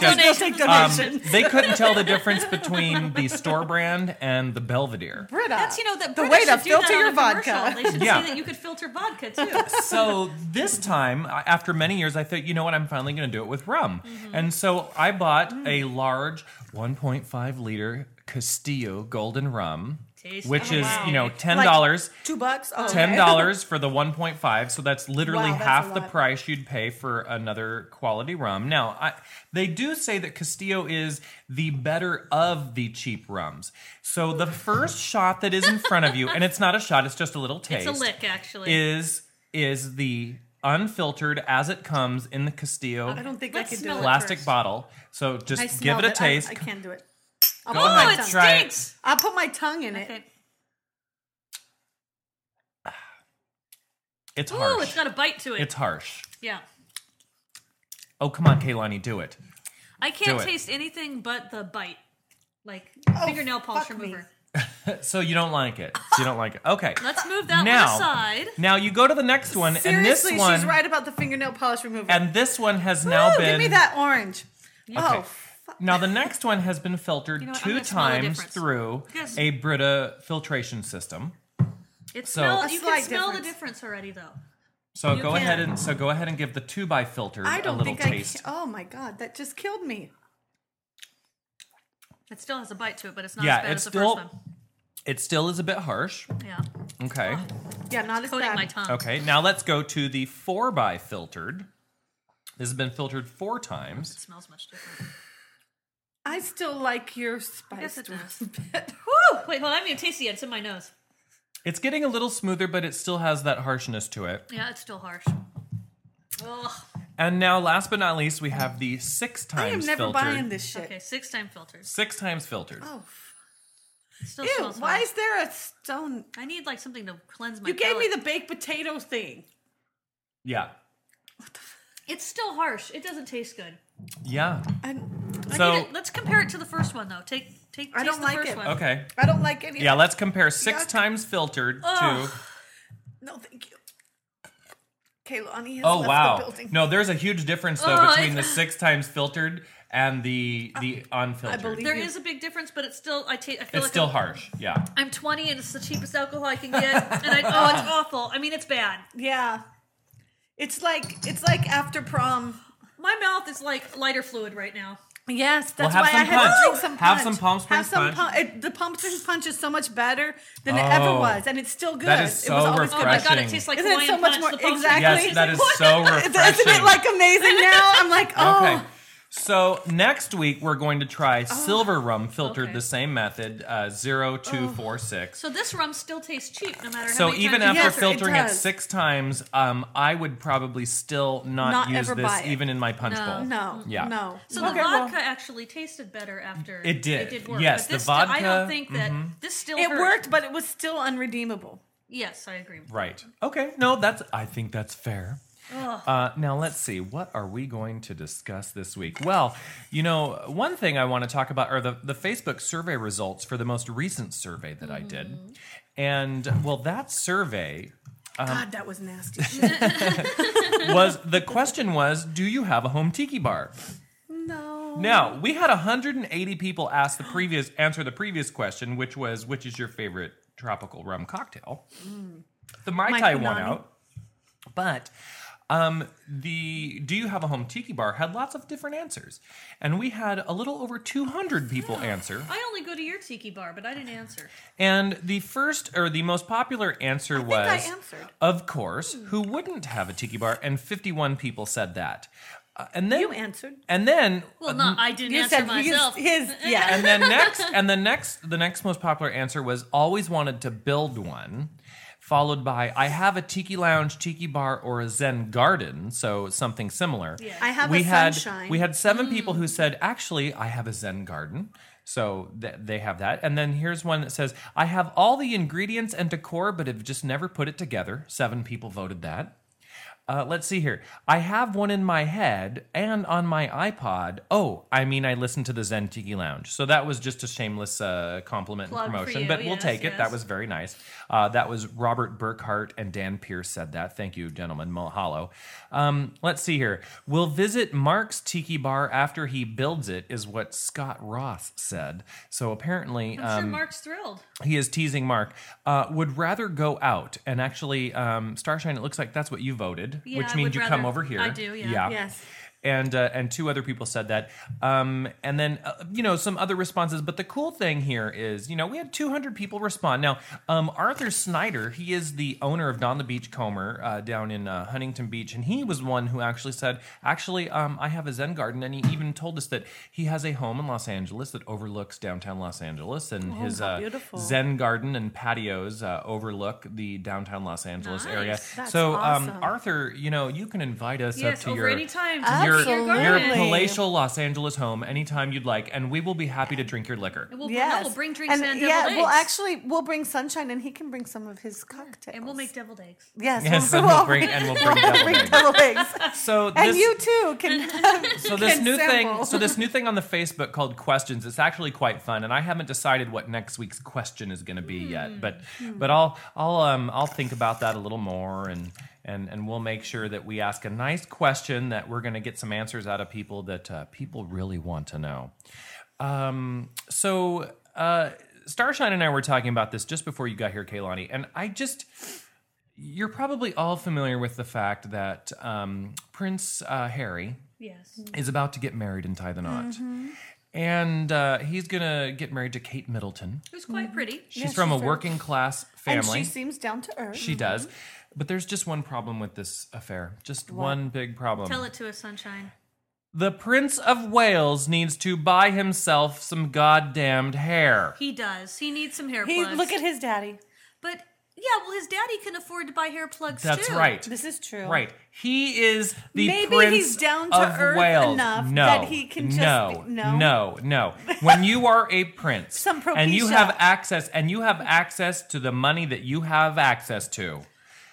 Speaker 2: Just-
Speaker 4: we'll
Speaker 3: donations.
Speaker 4: take
Speaker 2: um,
Speaker 4: donations.
Speaker 2: they couldn't tell the difference between the store brand and the Belvedere.
Speaker 4: Britta,
Speaker 3: That's you know that
Speaker 4: the
Speaker 3: British
Speaker 4: way to
Speaker 3: should do that
Speaker 4: filter
Speaker 3: on
Speaker 4: your
Speaker 3: a
Speaker 4: vodka.
Speaker 3: commercial. They should
Speaker 2: Yeah.
Speaker 3: say that you could filter vodka too.
Speaker 2: So this time, I- after many years, I thought, you know what? I'm finally going to do it with rum.
Speaker 3: Mm-hmm.
Speaker 2: And so I bought
Speaker 3: Mm.
Speaker 2: a large 1.5 liter Castillo golden rum,
Speaker 3: Tasty.
Speaker 2: which
Speaker 3: Oh,
Speaker 2: is
Speaker 3: wow.
Speaker 2: you know ten
Speaker 4: Like
Speaker 2: dollars.
Speaker 4: two bucks. Oh,
Speaker 2: Ten
Speaker 4: okay.
Speaker 2: dollars for the one point five, so that's literally
Speaker 4: Wow, that's
Speaker 2: half
Speaker 4: a
Speaker 2: the
Speaker 4: lot.
Speaker 2: price you'd pay for another quality rum. Now, I, they do say that Castillo is the better of the cheap rums. So the first shot that is in front of you, and it's not a shot; it's just a little taste
Speaker 3: It's a lick, actually.
Speaker 2: is is the unfiltered as it comes in the Castillo
Speaker 4: I don't think
Speaker 3: Let's
Speaker 4: I can
Speaker 3: smell
Speaker 4: do
Speaker 3: it.
Speaker 4: it.
Speaker 2: plastic
Speaker 3: first.
Speaker 2: bottle. So just
Speaker 4: I
Speaker 2: give
Speaker 4: smelled
Speaker 2: it a
Speaker 4: I-
Speaker 2: taste.
Speaker 4: I, can't do it.
Speaker 2: Go
Speaker 4: put my
Speaker 3: oh,
Speaker 2: ahead,
Speaker 3: it
Speaker 4: tongue-
Speaker 2: try it.
Speaker 3: stinks.
Speaker 4: I'll put my tongue in it.
Speaker 3: Okay.
Speaker 2: It's harsh.
Speaker 3: Ooh, it's got a bite to it.
Speaker 2: It's harsh.
Speaker 3: yeah.
Speaker 2: Oh come on, Kaylani, do it.
Speaker 3: I can't
Speaker 2: Do it.
Speaker 3: taste anything but the bite. Like fingernail polish
Speaker 4: Oh, fuck me.
Speaker 3: remover.
Speaker 2: So you don't like it. You don't like it. Okay.
Speaker 3: Let's move that
Speaker 2: now,
Speaker 3: one aside.
Speaker 2: Now you go to the next one, and this
Speaker 4: Seriously,
Speaker 2: one,
Speaker 4: she's right about the fingernail polish remover.
Speaker 2: and this one has now
Speaker 4: Woo,
Speaker 2: been.
Speaker 4: give me that orange. Oh, fuck.
Speaker 2: Now the next one has been filtered
Speaker 3: know what, I'm
Speaker 2: two
Speaker 3: gonna smell the
Speaker 2: times
Speaker 3: difference.
Speaker 2: through
Speaker 3: Yes.
Speaker 2: a Brita filtration system.
Speaker 3: It
Speaker 2: so-
Speaker 3: smells.
Speaker 2: A
Speaker 3: You can
Speaker 4: slight
Speaker 3: smell the
Speaker 4: difference.
Speaker 3: difference already, though.
Speaker 2: So
Speaker 3: You
Speaker 2: go
Speaker 3: can.
Speaker 2: ahead and so go ahead and give the two by filter
Speaker 4: I
Speaker 2: a
Speaker 4: don't
Speaker 2: little
Speaker 4: think I
Speaker 2: taste.
Speaker 4: can. Oh my god, that just killed me.
Speaker 3: It still has a bite to it, but it's not
Speaker 2: Yeah,
Speaker 3: as bad
Speaker 2: it's
Speaker 3: as the
Speaker 2: still-
Speaker 3: first one. Oh,
Speaker 2: It still is a bit harsh.
Speaker 3: Yeah,
Speaker 2: Okay.
Speaker 4: Yeah, not as
Speaker 3: coating
Speaker 4: bad.
Speaker 3: my tongue.
Speaker 2: Okay. Now let's go to the four by filtered. This has been filtered four
Speaker 3: It
Speaker 2: times.
Speaker 3: smells much different.
Speaker 4: I still like your
Speaker 3: Yes,
Speaker 4: spice.
Speaker 3: it does.
Speaker 4: bit.
Speaker 3: Woo! Wait, hold on. I haven't even tasted it. It's in my nose.
Speaker 2: It's getting a little smoother, but it still has that harshness to it.
Speaker 3: Yeah, it's still harsh. Ugh.
Speaker 2: And now, last but not least, we have the six times
Speaker 4: I am never
Speaker 2: filtered.
Speaker 4: buying this shit.
Speaker 3: Okay, six time filters.
Speaker 2: Six times filtered.
Speaker 4: Oh,
Speaker 3: It still
Speaker 4: ew!
Speaker 3: smells
Speaker 4: Why
Speaker 3: bad.
Speaker 4: is there a stone?
Speaker 3: I need like something to cleanse my.
Speaker 4: You gave me
Speaker 3: palate.
Speaker 4: the baked potato thing.
Speaker 2: Yeah.
Speaker 3: It's still harsh. It doesn't taste good.
Speaker 2: Yeah.
Speaker 4: I'm,
Speaker 3: I
Speaker 2: So
Speaker 3: need it- let's compare it to the first one though. Take take.
Speaker 4: I
Speaker 3: taste
Speaker 4: don't
Speaker 3: the
Speaker 4: like
Speaker 3: first
Speaker 4: it.
Speaker 3: One.
Speaker 2: okay.
Speaker 4: I don't like any.
Speaker 2: Yeah, let's compare six
Speaker 4: Yuck.
Speaker 2: times filtered
Speaker 3: Ugh.
Speaker 2: to
Speaker 4: No, thank you. Kaylani has
Speaker 2: Oh
Speaker 4: left the
Speaker 2: wow.
Speaker 4: building.
Speaker 2: No, there's a huge difference though
Speaker 3: Ugh,
Speaker 2: between
Speaker 3: it-
Speaker 2: the six times filtered and the the unfiltered.
Speaker 4: believe-
Speaker 3: There is a big difference, but it's still. I take. I feel
Speaker 2: it's
Speaker 3: like
Speaker 2: still
Speaker 3: I'm,
Speaker 2: harsh. Yeah.
Speaker 3: I'm 20 and it's the cheapest alcohol I can get, and I oh it's awful. I mean it's bad.
Speaker 4: Yeah, it's like it's like after prom.
Speaker 3: My mouth is like lighter fluid right now.
Speaker 4: Yes,
Speaker 2: Well,
Speaker 4: that's
Speaker 2: have
Speaker 4: why
Speaker 2: some
Speaker 4: I had
Speaker 2: punch.
Speaker 4: to drink some punch.
Speaker 2: Have some Palm Springs
Speaker 4: Have some
Speaker 2: punch.
Speaker 4: pun- it, the Palm Springs punch is so much better than it ever
Speaker 2: Oh.
Speaker 4: was, and it's still good.
Speaker 2: That is
Speaker 4: it was
Speaker 2: so
Speaker 4: always
Speaker 3: Oh my god,
Speaker 2: Refreshing.
Speaker 3: it tastes like
Speaker 4: Isn't it
Speaker 3: Hawaiian
Speaker 4: so much
Speaker 3: punch,
Speaker 4: more-
Speaker 3: the Palm Springs
Speaker 4: exactly.
Speaker 2: Yes,
Speaker 4: Please.
Speaker 2: that is so
Speaker 4: good.
Speaker 2: refreshing.
Speaker 4: Isn't it like amazing now? I'm like, oh,
Speaker 2: Okay. So next week we're going to try silver rum filtered
Speaker 3: Okay.
Speaker 2: the same method, uh, zero two four six.
Speaker 3: So this rum still tastes cheap, no matter how
Speaker 2: So
Speaker 3: many
Speaker 2: even
Speaker 3: times
Speaker 2: after
Speaker 3: you
Speaker 4: Yes, it
Speaker 3: filter
Speaker 2: filtering it,
Speaker 4: does.
Speaker 2: six times, um, I would probably still not,
Speaker 4: Not
Speaker 2: use
Speaker 4: ever buy
Speaker 2: this
Speaker 4: it.
Speaker 2: even in my punch
Speaker 3: No.
Speaker 2: bowl.
Speaker 4: no,
Speaker 2: Yeah.
Speaker 4: no.
Speaker 3: it. So
Speaker 4: no.
Speaker 3: the vodka actually tasted better after
Speaker 2: It did.
Speaker 3: It did work.
Speaker 2: Yes,
Speaker 3: but
Speaker 2: the
Speaker 3: this sti- I
Speaker 2: vodka- mm-hmm.
Speaker 3: don't think that this still
Speaker 4: it
Speaker 3: hurt.
Speaker 4: worked, but it was still unredeemable.
Speaker 3: Yes, I agree.
Speaker 2: Right. Okay. No, that's. I think that's fair. Uh, now let's see. What are we going to discuss this week? Well, you know, one thing I want to talk about are the the Facebook survey results for the most recent survey that I did,
Speaker 3: Mm-hmm.
Speaker 2: and well, that survey Um,
Speaker 4: God, that was nasty.
Speaker 2: was the question was, do you have a home tiki bar?
Speaker 4: no.
Speaker 2: Now we had 180 people ask the previous answer the previous question, which was which is your favorite tropical rum cocktail? The Mai
Speaker 4: Mai
Speaker 2: Tai won
Speaker 4: Mm. Punani.
Speaker 2: out, but um, the Do You Have a Home Tiki Bar had lots of different answers, and we had a little over 200 people answer.
Speaker 3: I only go to your tiki bar, but I didn't answer.
Speaker 2: And the first or the most popular answer was,
Speaker 4: I answered.
Speaker 2: of course, who wouldn't have a tiki bar? And 51 people said that. Uh, and then
Speaker 4: You answered.
Speaker 2: And then
Speaker 3: Well, not I didn't
Speaker 4: You
Speaker 3: answer
Speaker 4: said his,
Speaker 3: myself.
Speaker 4: his, yeah.
Speaker 2: and then next and the next the next most popular answer was always wanted to build one followed by i have a tiki lounge tiki bar or a zen garden so something similar
Speaker 3: Yeah.
Speaker 4: I have
Speaker 2: we
Speaker 4: a
Speaker 2: had
Speaker 4: sunshine.
Speaker 2: we had seven people
Speaker 3: Mm.
Speaker 2: who said actually i have a zen garden so th- they have that and then here's one that says i have all the ingredients and decor but have just never put it together seven people voted that Uh, let's see here. I have one in my head and on my iPod. Oh, I mean, I listened to the Zen Tiki Lounge. So that was just a shameless uh, compliment
Speaker 3: Plug for
Speaker 2: and promotion,
Speaker 3: you,
Speaker 2: but we'll
Speaker 3: yes,
Speaker 2: take it. That
Speaker 3: yes.
Speaker 2: was very nice. Uh, that was Robert Burkhart and Dan Pierce said that. Thank you, gentlemen. Mahalo. Um, let's see here. We'll visit Mark's Tiki Bar after he builds it, is what Scott Ross said. So apparently,
Speaker 3: I'm
Speaker 2: um,
Speaker 3: sure Mark's thrilled.
Speaker 2: he is teasing Mark. Uh, would rather go out and actually, um, Starshine. It looks like that's what you voted,
Speaker 3: Yeah,
Speaker 2: which
Speaker 3: I
Speaker 2: means
Speaker 3: would
Speaker 2: you
Speaker 3: rather-
Speaker 2: come over here.
Speaker 3: I do, yeah.
Speaker 4: Yes.
Speaker 2: And uh, and two other people said that. Um, and then uh, you know some other responses. But the cool thing here is you know we had 200 people respond. Now um, Arthur Snyder, he is the owner of Don the Beachcomber uh, down in uh, Huntington Beach, and he was one who actually said, actually um, I have a Zen garden, and he even told us that he has a home in Los Angeles that overlooks downtown Los Angeles, and his
Speaker 4: Oh, how
Speaker 2: uh,
Speaker 4: beautiful.
Speaker 2: Zen Zen garden and patios uh, overlook the downtown Los Angeles
Speaker 3: Nice.
Speaker 2: area.
Speaker 4: That's
Speaker 2: so, um,
Speaker 4: awesome.
Speaker 2: Arthur, you know, you can invite us
Speaker 3: Yes,
Speaker 2: up to
Speaker 3: over
Speaker 2: your,
Speaker 3: any time.
Speaker 2: to your,
Speaker 4: Absolutely.
Speaker 2: your
Speaker 4: Absolutely.
Speaker 2: palatial Los Angeles home anytime you'd like, and we will be happy to drink your liquor.
Speaker 3: And we'll, no,
Speaker 4: Yes.
Speaker 3: we'll bring drinks
Speaker 4: and,
Speaker 3: and,
Speaker 4: yeah,
Speaker 3: deviled eggs.
Speaker 4: we'll actually we'll bring sunshine and he can bring some of his cocktails.
Speaker 3: and we'll make deviled eggs.
Speaker 4: yes,
Speaker 2: Yes,
Speaker 4: we'll,
Speaker 2: and
Speaker 4: we'll
Speaker 2: we'll bring and we'll bring double
Speaker 4: bring
Speaker 2: eggs.
Speaker 4: double eggs.
Speaker 2: So this,
Speaker 4: And you too can.
Speaker 2: so this
Speaker 4: can
Speaker 2: new thing
Speaker 4: sample.
Speaker 2: so this new thing on the facebook called questions it's actually quite fun and i haven't decided what next week's question is going to be
Speaker 4: Hmm.
Speaker 2: yet but but i'll i'll um i'll think about that a little more and and and we'll make sure that we ask a nice question that we're going to get some answers out of people that uh, people really want to know um so uh starshine and i were talking about this just before you got here kaylani and i just you're probably all familiar with the fact that um, Prince uh, Harry,
Speaker 3: Yes.
Speaker 2: is about to get married and tie the knot. And uh, he's going to get married to Kate Middleton.
Speaker 3: Who's quite
Speaker 4: Mm-hmm.
Speaker 3: pretty.
Speaker 2: She's from
Speaker 4: she's
Speaker 2: a
Speaker 4: very-
Speaker 2: working class
Speaker 4: and
Speaker 2: family.
Speaker 4: she seems down to earth.
Speaker 2: she does. But there's just one problem with this affair. Just one big
Speaker 4: Um,
Speaker 2: problem.
Speaker 3: Tell it to us, Sunshine.
Speaker 2: the Prince of Wales needs to buy himself some goddamned hair.
Speaker 3: He does. He needs some hair
Speaker 4: He
Speaker 3: plugs.
Speaker 4: look at his daddy.
Speaker 3: But yeah, well, his daddy can afford to buy hair plugs
Speaker 2: That's
Speaker 3: too.
Speaker 2: right.
Speaker 4: This is true.
Speaker 2: Right. He is the
Speaker 4: Maybe
Speaker 2: Prince
Speaker 4: he's down to
Speaker 2: of
Speaker 4: earth
Speaker 2: Wales.
Speaker 4: enough
Speaker 2: no,
Speaker 4: that he can just
Speaker 2: no,
Speaker 4: be- no?
Speaker 2: no, no. When you are a prince
Speaker 4: Some
Speaker 2: and you
Speaker 4: propecia.
Speaker 2: have access and you have access to the money that you have access to,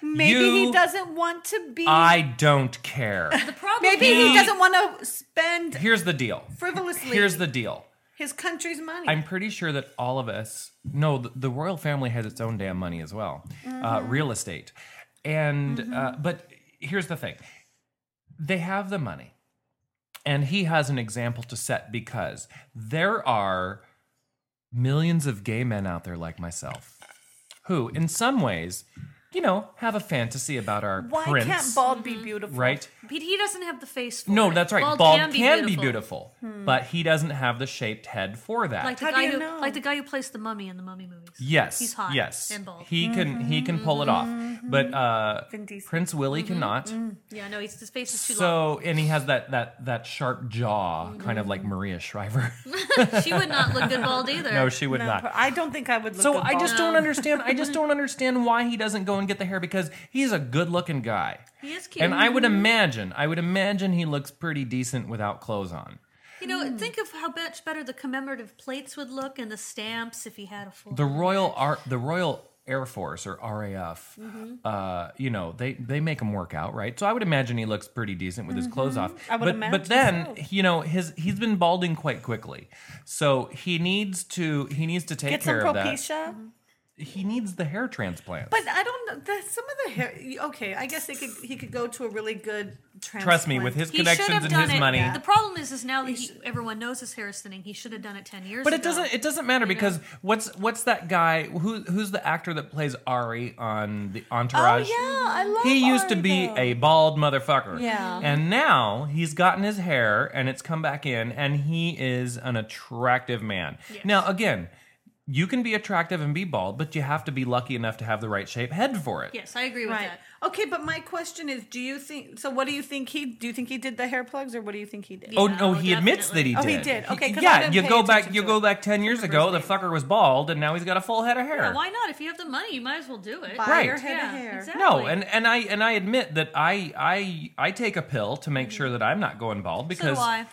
Speaker 4: Maybe
Speaker 2: You-
Speaker 4: he doesn't want to be.
Speaker 2: I don't care.
Speaker 3: The problem
Speaker 4: maybe
Speaker 3: is-
Speaker 4: he doesn't want to spend
Speaker 2: Here's the deal.
Speaker 4: frivolously
Speaker 2: Here's the deal.
Speaker 4: his country's money.
Speaker 2: I'm pretty sure that all of us no, the, the royal family has its own damn money as well, uh, real estate, and uh, but here's the thing: they have the money, and he has an example to set because there are millions of gay men out there like myself, who, in some ways, you know, have a fantasy about our
Speaker 4: Why
Speaker 2: prince,
Speaker 4: can't bald be beautiful?
Speaker 2: right?
Speaker 3: But he doesn't have the face for
Speaker 2: No,
Speaker 3: it.
Speaker 2: that's right.
Speaker 3: Bald, can, be beautiful.
Speaker 2: but he doesn't have the shaped head for that.
Speaker 3: Like the
Speaker 4: How do
Speaker 3: guy
Speaker 4: you
Speaker 3: who,
Speaker 4: know?
Speaker 3: like the guy who plays the mummy in the mummy movies.
Speaker 2: Yes,
Speaker 3: he's hot.
Speaker 2: Yes,
Speaker 3: and Mm-hmm. bald.
Speaker 2: He can he can pull it off, but uh,
Speaker 4: Vin Diesel.
Speaker 2: Prince Willie cannot.
Speaker 3: yeah, no, he's, his face is Mm-hmm. too Mm-hmm.
Speaker 2: So and he has that that that sharp jaw, kind of like Maria Shriver.
Speaker 3: long. She would not look good bald either.
Speaker 2: no, she would
Speaker 4: No,
Speaker 2: not.
Speaker 4: but I don't think I would look.
Speaker 2: so
Speaker 4: good
Speaker 2: I just
Speaker 4: bald.
Speaker 2: don't understand. I just don't understand why he doesn't go and get the hair because he's a good-looking guy,
Speaker 3: he is cute.
Speaker 2: and I would imagine I would imagine he looks pretty decent without clothes on.
Speaker 3: you
Speaker 4: Hmm.
Speaker 3: know, think of how much better the commemorative plates would look and the stamps if he had a full.
Speaker 2: the Royal Ar- the Royal Air Force or RAF,
Speaker 4: Mm-hmm.
Speaker 2: uh, you know, they they make him work out, right? So I would imagine he looks pretty decent with his clothes off.
Speaker 4: Mm-hmm. I would
Speaker 2: but,
Speaker 4: imagine
Speaker 2: but then,
Speaker 4: so.
Speaker 2: you know, his he's been balding quite quickly, so he needs to he needs to take
Speaker 4: get some
Speaker 2: care of that.
Speaker 4: propecia.
Speaker 2: He needs the hair transplant.
Speaker 4: But I don't know. The, some of the hair. Okay, I guess they could. He could go to a really good. Transplant.
Speaker 2: Trust me, with his
Speaker 3: he should
Speaker 2: connections
Speaker 3: have
Speaker 2: and
Speaker 3: done
Speaker 2: his
Speaker 3: it.
Speaker 2: money,
Speaker 3: The problem is, is now that he, everyone knows his hair is thinning, he should have done it ten years.
Speaker 2: But it
Speaker 3: ago.
Speaker 2: doesn't. It doesn't matter because what's what's that guy who who's the actor that plays Ari on the
Speaker 4: Oh
Speaker 2: Entourage?
Speaker 4: yeah, I love.
Speaker 2: He used to
Speaker 4: Ari,
Speaker 2: be
Speaker 4: though.
Speaker 2: a bald motherfucker.
Speaker 4: Yeah.
Speaker 2: And now he's gotten his hair and it's come back in and he is an attractive man. Now, again, you can be attractive and be bald, but you have to be lucky enough to have the right shape head for it.
Speaker 3: Yes, I agree with
Speaker 4: Right.
Speaker 3: that.
Speaker 4: Okay, but my question is, do you think? So, what do you think he? Do you think he did the hair plugs, or what do you think he did?
Speaker 2: Oh
Speaker 3: Yeah,
Speaker 2: no, he admits that
Speaker 3: definitely.
Speaker 2: he did.
Speaker 4: Oh, he did. Okay, 'cause I
Speaker 2: yeah,
Speaker 4: didn't
Speaker 2: you
Speaker 4: pay
Speaker 2: go back.
Speaker 4: attention
Speaker 2: You
Speaker 4: to
Speaker 2: go
Speaker 4: it.
Speaker 2: back ten years ago. The
Speaker 3: date.
Speaker 2: fucker was bald, and now he's got a full head of hair.
Speaker 3: Why not? If you have the money, you might as well do it.
Speaker 4: Buy
Speaker 2: Right.
Speaker 4: your head of
Speaker 3: Yeah,
Speaker 4: hair.
Speaker 3: exactly.
Speaker 2: No, and, and I and I admit that I I I take a pill to make sure that I'm not going bald
Speaker 3: So do
Speaker 2: because
Speaker 3: I.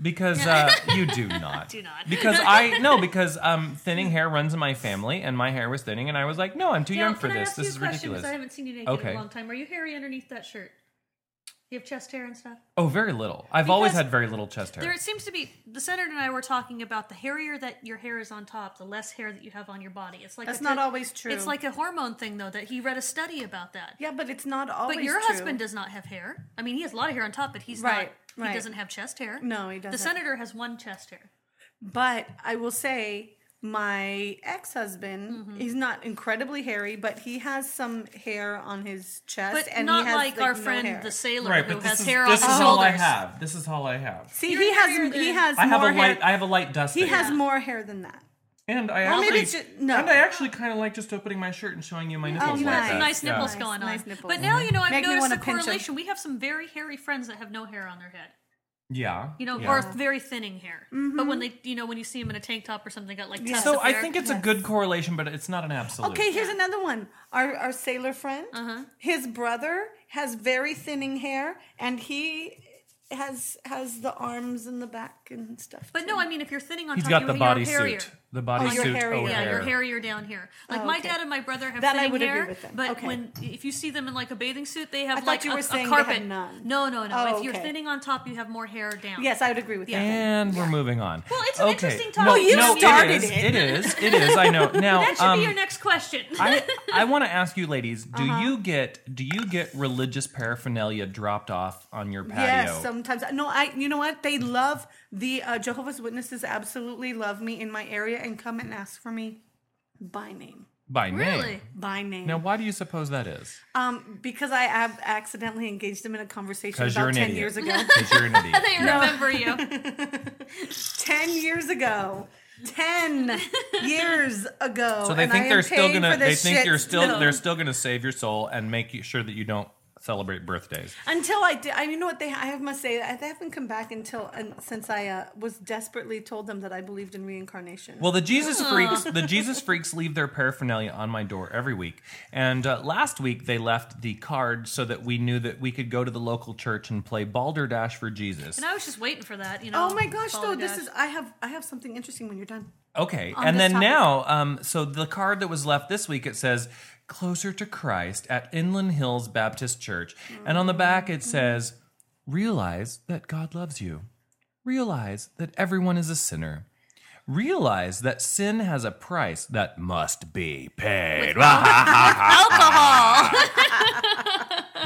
Speaker 2: because uh, you do not
Speaker 3: Do not.
Speaker 2: because I no because um thinning hair runs in my family and my hair was thinning and I was like no I'm too
Speaker 3: Now,
Speaker 2: young for
Speaker 3: can I
Speaker 2: this
Speaker 3: ask
Speaker 2: this
Speaker 3: you a
Speaker 2: is
Speaker 3: question? 'Cause
Speaker 2: ridiculous
Speaker 3: I haven't seen you naked
Speaker 2: Okay.
Speaker 3: in a long time. Are you hairy underneath that shirt? You have chest hair and stuff.
Speaker 2: Oh, very little. I've always
Speaker 3: Because
Speaker 2: had very little chest hair.
Speaker 3: There seems to be the senator and I were talking about the hairier that your hair is on top, the less hair that you have on your body. It's like
Speaker 4: That's
Speaker 3: a-
Speaker 4: not always true.
Speaker 3: It's like a hormone thing though that he read a study about that.
Speaker 4: yeah, but it's not always.
Speaker 3: But your
Speaker 4: true.
Speaker 3: husband does not have hair. I mean, he has a lot of hair on top, but he's
Speaker 4: Right,
Speaker 3: not.
Speaker 4: right.
Speaker 3: He doesn't have chest hair.
Speaker 4: No, he doesn't.
Speaker 3: The senator has one chest hair.
Speaker 4: But I will say, my ex husband,
Speaker 3: Mm-hmm.
Speaker 4: he's not incredibly hairy, but he has some hair on his chest.
Speaker 3: But
Speaker 4: and
Speaker 3: not
Speaker 4: he has,
Speaker 3: like, our
Speaker 4: no
Speaker 3: friend
Speaker 4: hair.
Speaker 3: the sailor
Speaker 2: right,
Speaker 3: who
Speaker 2: but this
Speaker 3: has
Speaker 2: is,
Speaker 3: hair
Speaker 2: this
Speaker 3: on his
Speaker 2: is all
Speaker 3: shoulders.
Speaker 2: I have. This is all I have.
Speaker 4: See,
Speaker 3: You're
Speaker 4: he
Speaker 3: hairier
Speaker 4: has
Speaker 3: than-
Speaker 4: he has
Speaker 2: I have
Speaker 4: more
Speaker 2: a light.
Speaker 4: hair.
Speaker 2: I have a light dust.
Speaker 4: he
Speaker 2: hair.
Speaker 4: has more hair than that.
Speaker 2: And I
Speaker 4: Well,
Speaker 2: actually,
Speaker 4: maybe it's ju- no.
Speaker 2: and I actually kind of like just opening my shirt and showing you my nipples.
Speaker 4: nice.
Speaker 2: like that.
Speaker 3: Oh, Some nice
Speaker 2: Yeah.
Speaker 3: nipples
Speaker 4: Nice,
Speaker 3: going on.
Speaker 4: nice nipples.
Speaker 3: But now you know I've
Speaker 4: Make me
Speaker 3: noticed
Speaker 4: wanna
Speaker 3: a
Speaker 4: pinch 'em.
Speaker 3: correlation. We have some very hairy friends that have no hair on their head.
Speaker 2: Yeah.
Speaker 3: You know,
Speaker 2: yeah.
Speaker 3: or very thinning hair.
Speaker 4: Mm-hmm.
Speaker 3: But when they, you know, when you see them in a tank top or something, got like tufts
Speaker 2: So
Speaker 3: of
Speaker 2: I
Speaker 3: hair.
Speaker 2: think it's a good correlation, but it's not an absolute.
Speaker 4: Okay, here's another one. Our our sailor friend,
Speaker 3: Uh-huh.
Speaker 4: his brother has very thinning hair, and he has has the arms and the back and stuff.
Speaker 3: But no, I mean, if you're thinning on
Speaker 2: He's
Speaker 3: top,
Speaker 2: got
Speaker 3: you're,
Speaker 2: the
Speaker 3: you're hairier.
Speaker 2: bodysuit. The
Speaker 4: you're
Speaker 2: bodysuit
Speaker 4: hairy,
Speaker 2: O'Hare.
Speaker 3: Yeah, your hairier down here. Like
Speaker 4: Oh,
Speaker 3: my
Speaker 4: okay.
Speaker 3: dad and my brother have
Speaker 4: That I
Speaker 3: thinning
Speaker 4: would agree
Speaker 3: hair,
Speaker 4: with them.
Speaker 3: but
Speaker 4: Okay.
Speaker 3: when if you see them in like a bathing suit, they have
Speaker 4: I thought
Speaker 3: like
Speaker 4: you
Speaker 3: a,
Speaker 4: were
Speaker 3: a
Speaker 4: saying they had
Speaker 3: carpet.
Speaker 4: none.
Speaker 3: No, no, no.
Speaker 4: Oh,
Speaker 3: if you're
Speaker 4: okay.
Speaker 3: thinning on top, you have more hair down.
Speaker 4: yes, I would agree with that.
Speaker 2: And we're moving on.
Speaker 3: Well, it's an
Speaker 2: okay.
Speaker 3: interesting topic.
Speaker 2: No,
Speaker 3: Well, you
Speaker 2: no,
Speaker 4: started
Speaker 2: it. Is,
Speaker 4: it.
Speaker 2: it is. It is. I know. Now,
Speaker 3: That should
Speaker 2: um,
Speaker 3: be your next question.
Speaker 2: I, I want to ask you, ladies, do you get do you get religious paraphernalia dropped off on your patio?
Speaker 4: Yes, sometimes. No, I. You know what? They love the uh, Jehovah's Witnesses. Absolutely love me in my area and come and ask for me by name.
Speaker 2: by name.
Speaker 3: really?
Speaker 4: By name.
Speaker 2: Now, why do you suppose that is?
Speaker 4: Um, because I have accidentally engaged them in a conversation
Speaker 2: 'Cause
Speaker 4: about
Speaker 2: you're an
Speaker 4: ten
Speaker 2: idiot.
Speaker 4: years ago.
Speaker 2: Because you're an idiot.
Speaker 3: They remember you.
Speaker 4: ten years ago. Ten years ago.
Speaker 2: So they
Speaker 4: and I
Speaker 2: think
Speaker 4: am
Speaker 2: they're still
Speaker 4: paying
Speaker 2: gonna.
Speaker 4: for
Speaker 2: They
Speaker 4: this
Speaker 2: think
Speaker 4: shit
Speaker 2: you're still.
Speaker 4: No.
Speaker 2: They're still gonna save your soul and make you sure that you don't celebrate birthdays.
Speaker 4: until I did. I you know what they. I have must say I- they haven't come back until and since I uh, was desperately told them that I believed in reincarnation.
Speaker 2: Well, the Jesus freaks, the Jesus freaks leave their paraphernalia on my door every week. And uh, last week they left the card so that we knew that we could go to the local church and play Balderdash for Jesus.
Speaker 3: And I was just waiting for that. You know.
Speaker 4: Oh my gosh! Though this
Speaker 3: apologize.
Speaker 4: is, I have, I have something interesting when you're done.
Speaker 2: Okay,
Speaker 3: on
Speaker 2: and
Speaker 3: this
Speaker 2: then
Speaker 3: topic.
Speaker 2: now, um, so the card that was left this week it says "Closer to Christ" at Inland Hills Baptist Church, and on the back
Speaker 3: Mm.
Speaker 2: it says, "Realize that God loves you. Realize that everyone is a sinner." Realize that sin has a price that must be paid.
Speaker 3: alcohol.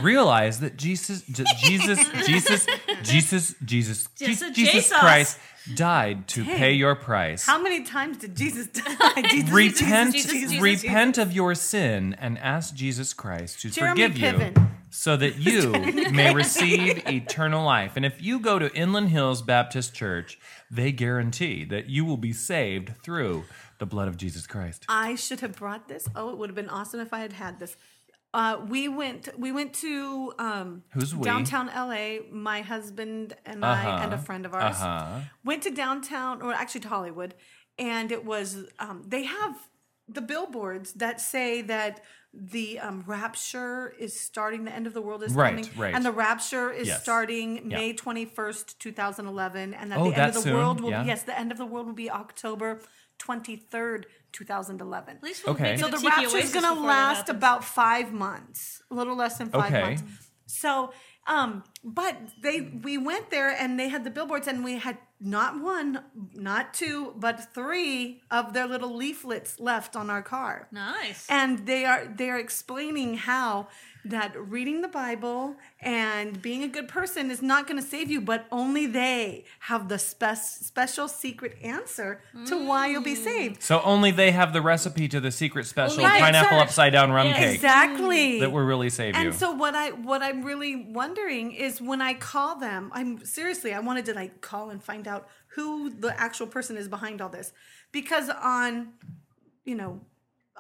Speaker 2: Realize that Jesus, J- Jesus, Jesus, Jesus, Jesus,
Speaker 3: Just
Speaker 2: Je-
Speaker 3: a
Speaker 2: Jesus
Speaker 3: Jesus.
Speaker 2: Christ died to pay your price.
Speaker 4: How many times did Jesus die? Jesus,
Speaker 2: repent
Speaker 3: Jesus, Jesus, Jesus,
Speaker 2: repent of your sin and ask Jesus Christ to
Speaker 4: Jeremy
Speaker 2: forgive you
Speaker 4: Piven.
Speaker 2: so that you may receive eternal life. And if you go to Inland Hills Baptist Church, they guarantee that you will be saved through the blood of Jesus Christ.
Speaker 4: I should have brought this. Oh, it would have been awesome if I had had this. Uh, we went. We went to um,
Speaker 2: Who's we? Uh-huh.
Speaker 4: downtown LA. My husband and I and a friend of ours went to downtown, or actually to Hollywood, and it was. Um, they have the billboards that say that the um, rapture is starting. The end of the world is
Speaker 2: Right,
Speaker 4: coming,
Speaker 2: right.
Speaker 4: and the rapture is
Speaker 2: Yes.
Speaker 4: starting
Speaker 2: Yeah.
Speaker 4: May twenty first, two thousand eleven, and that
Speaker 2: Oh,
Speaker 4: the end
Speaker 2: that
Speaker 4: of the
Speaker 2: soon?
Speaker 4: world will
Speaker 2: Yeah.
Speaker 4: be yes, the end of the world will be October twenty third, two thousand eleven.
Speaker 3: At least we'll
Speaker 2: Okay.
Speaker 3: make it
Speaker 2: So
Speaker 3: a
Speaker 4: So the
Speaker 3: tiki
Speaker 4: rapture
Speaker 3: oasis
Speaker 4: is going to
Speaker 3: before that
Speaker 4: last
Speaker 3: happens.
Speaker 4: about five months, a little less than five
Speaker 2: Okay.
Speaker 4: months. So, um, but they we went there and they had the billboards and we had not one, not two, but three of their little leaflets left on our car.
Speaker 3: Nice.
Speaker 4: And they are they are explaining how that reading the Bible and being a good person is not going to save you, but only they have the spe- special secret answer to why you'll be saved.
Speaker 2: So only they have the recipe to the secret special
Speaker 3: Only the
Speaker 2: pineapple
Speaker 3: church.
Speaker 2: upside down rum
Speaker 3: Yes.
Speaker 2: cake
Speaker 4: Exactly.
Speaker 2: that will really save you.
Speaker 4: And so what I what I'm really wondering is when I call them, I'm seriously, I wanted to like call and find out who the actual person is behind all this. Because on, you know,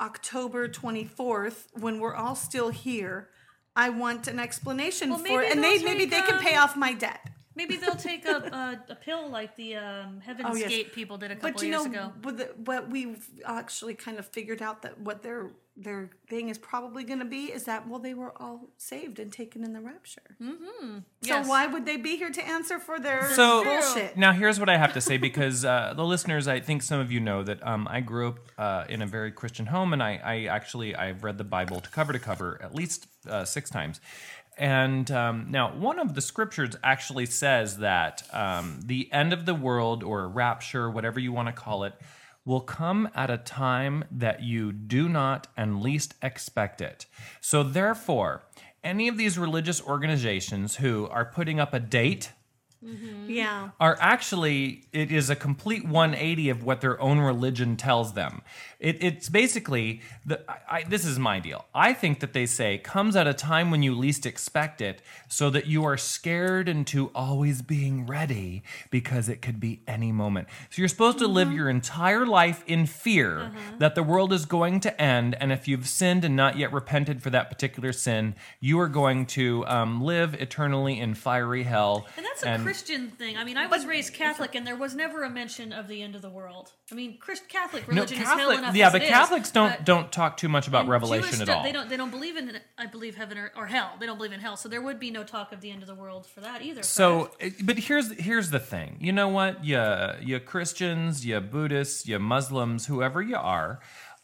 Speaker 4: October 24th, when we're all still here, I want an explanation
Speaker 3: Well,
Speaker 4: for
Speaker 3: maybe
Speaker 4: it. And they
Speaker 3: they'll
Speaker 4: maybe they
Speaker 3: take,
Speaker 4: can pay
Speaker 3: um,
Speaker 4: off my debt.
Speaker 3: Maybe they'll take a, a, a pill like the um, Heaven's
Speaker 4: Oh, yes.
Speaker 3: Gate people did a couple
Speaker 4: But you
Speaker 3: years
Speaker 4: know,
Speaker 3: ago.
Speaker 4: with the, what we've actually kind of figured out that what their their thing is probably going to be is that well, they were all saved and taken in the rapture. Mm-hmm. So
Speaker 3: Yes.
Speaker 4: why would they be here to answer for their
Speaker 2: So
Speaker 4: bullshit?
Speaker 2: now here's what I have to say because uh, the listeners, I think some of you know that um, I grew up uh, in a very Christian home, and I, I actually I've read the Bible to cover to cover at least uh, six times, And um, now, one of the scriptures actually says that um, the end of the world or rapture, whatever you want to call it, will come at a time that you do not and least expect it. So, therefore, any of these religious organizations who are putting up a date
Speaker 3: Mm-hmm.
Speaker 4: Yeah.
Speaker 2: are actually it is a complete 180 of what their own religion tells them. It, it's basically the I, I, this is my deal. I think that they say comes at a time when you least expect it, so that you are scared into always being ready because it could be any moment. So you're supposed to
Speaker 3: Mm-hmm.
Speaker 2: live your entire life in fear that the world is going to end, and if you've sinned and not yet repented for that particular sin, you are going to um, live eternally in fiery hell.
Speaker 3: And that's a Christian thing. I mean, I was raised Catholic, and there was never a mention of the end of the world. I mean, Christ, Catholic religion is hell enough.
Speaker 2: yeah,
Speaker 3: as
Speaker 2: but
Speaker 3: it is,
Speaker 2: Catholics don't
Speaker 3: but
Speaker 2: don't talk too much about
Speaker 3: Jewish
Speaker 2: Revelation at
Speaker 3: stuff,
Speaker 2: all.
Speaker 3: They don't. They don't believe in. I believe heaven or, or hell. They don't believe in hell. So there would be no talk of the end of the world for that either.
Speaker 2: so,
Speaker 3: correct?
Speaker 2: it- but here's here's the thing. You know what? You you Christians, you Buddhists, you Muslims, whoever you are,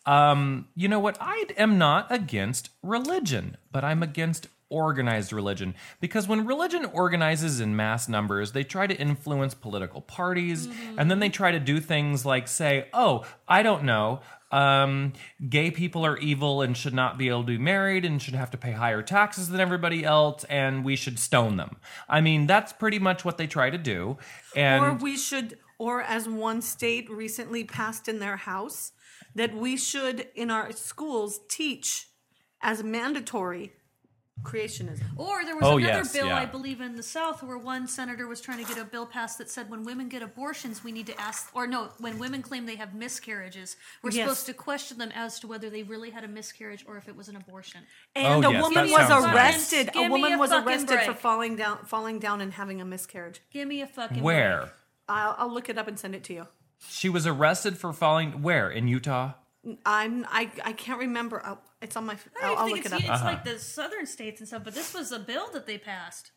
Speaker 2: um, you know what? I am not against religion, but I'm against organized religion because when religion organizes in mass numbers, they try to influence political parties, and
Speaker 3: Mm-hmm.
Speaker 2: then they try to do things like say, "Oh, I don't know." um, gay people are evil and should not be able to be married and should have to pay higher taxes than everybody else and we should stone them. I mean, that's pretty much what they try to do. And
Speaker 4: or we should, or as one state recently passed in their house, that we should in our schools teach as mandatory creationism.
Speaker 3: Or there was
Speaker 2: Oh,
Speaker 3: another
Speaker 2: yes,
Speaker 3: bill,
Speaker 2: yeah.
Speaker 3: I believe, in the South where one senator was trying to get a bill passed that said when women get abortions, we need to ask, or no, when women claim they have miscarriages, we're
Speaker 4: Yes.
Speaker 3: supposed to question them as to whether they really had a miscarriage or if it was an abortion.
Speaker 4: And
Speaker 2: Oh,
Speaker 4: a
Speaker 2: yes,
Speaker 4: woman
Speaker 2: that
Speaker 4: was
Speaker 2: sounds right.
Speaker 4: arrested.
Speaker 3: Give me
Speaker 4: a woman
Speaker 3: a
Speaker 4: was
Speaker 3: fucking
Speaker 4: arrested for
Speaker 3: break.
Speaker 4: falling down, falling down, and having a miscarriage.
Speaker 3: Give me a fucking break.
Speaker 2: where?
Speaker 4: I'll, I'll look it up and send it to you.
Speaker 2: She was arrested for falling where? In Utah?
Speaker 4: I'm I I can't remember. i it's on my.
Speaker 3: I
Speaker 4: I'll,
Speaker 3: don't
Speaker 4: I'll
Speaker 3: even
Speaker 4: look
Speaker 3: think
Speaker 4: it
Speaker 3: it's,
Speaker 4: up.
Speaker 3: it's like
Speaker 2: Uh-huh.
Speaker 3: the southern states and stuff, but this was a bill that they passed.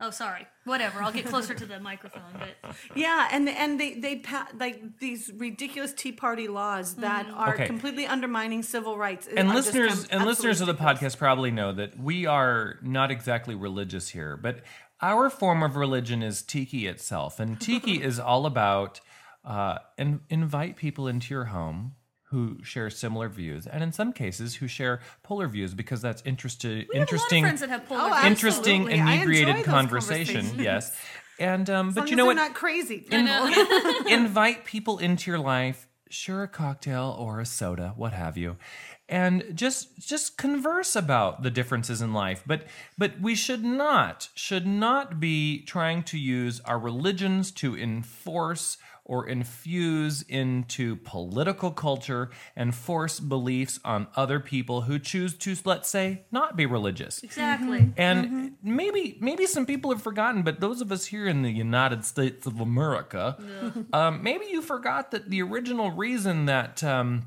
Speaker 3: Oh, sorry. Whatever. I'll get closer to the microphone. But
Speaker 4: Yeah, and and they they pa- like these ridiculous Tea Party laws that
Speaker 3: Mm-hmm.
Speaker 4: are
Speaker 2: Okay.
Speaker 4: completely undermining civil rights.
Speaker 2: and listeners and listeners of the podcast probably know that we are not exactly religious here, but our form of religion is tiki itself, and tiki is all about uh, and invite people into your home who share similar views, and in some cases who share polar views because that's interested
Speaker 3: we
Speaker 2: interesting
Speaker 3: have a lot of friends that have polar
Speaker 4: Oh,
Speaker 3: bears.
Speaker 2: interesting
Speaker 4: Absolutely. I enjoy
Speaker 2: inebriated
Speaker 4: those
Speaker 2: conversation.
Speaker 4: conversations.
Speaker 2: Yes, and um, but
Speaker 4: But
Speaker 2: you know what?
Speaker 4: Not crazy.
Speaker 2: invite people into your life share a cocktail or a soda what have you and just just converse about the differences in life but but we should not should not be trying to use our religions to enforce or infuse into political culture and force beliefs on other people who choose to let's say not be religious
Speaker 3: Exactly.
Speaker 4: Mm-hmm.
Speaker 2: and maybe maybe some people have forgotten, but those of us here in the United States of America, um, maybe you forgot that the original reason that um,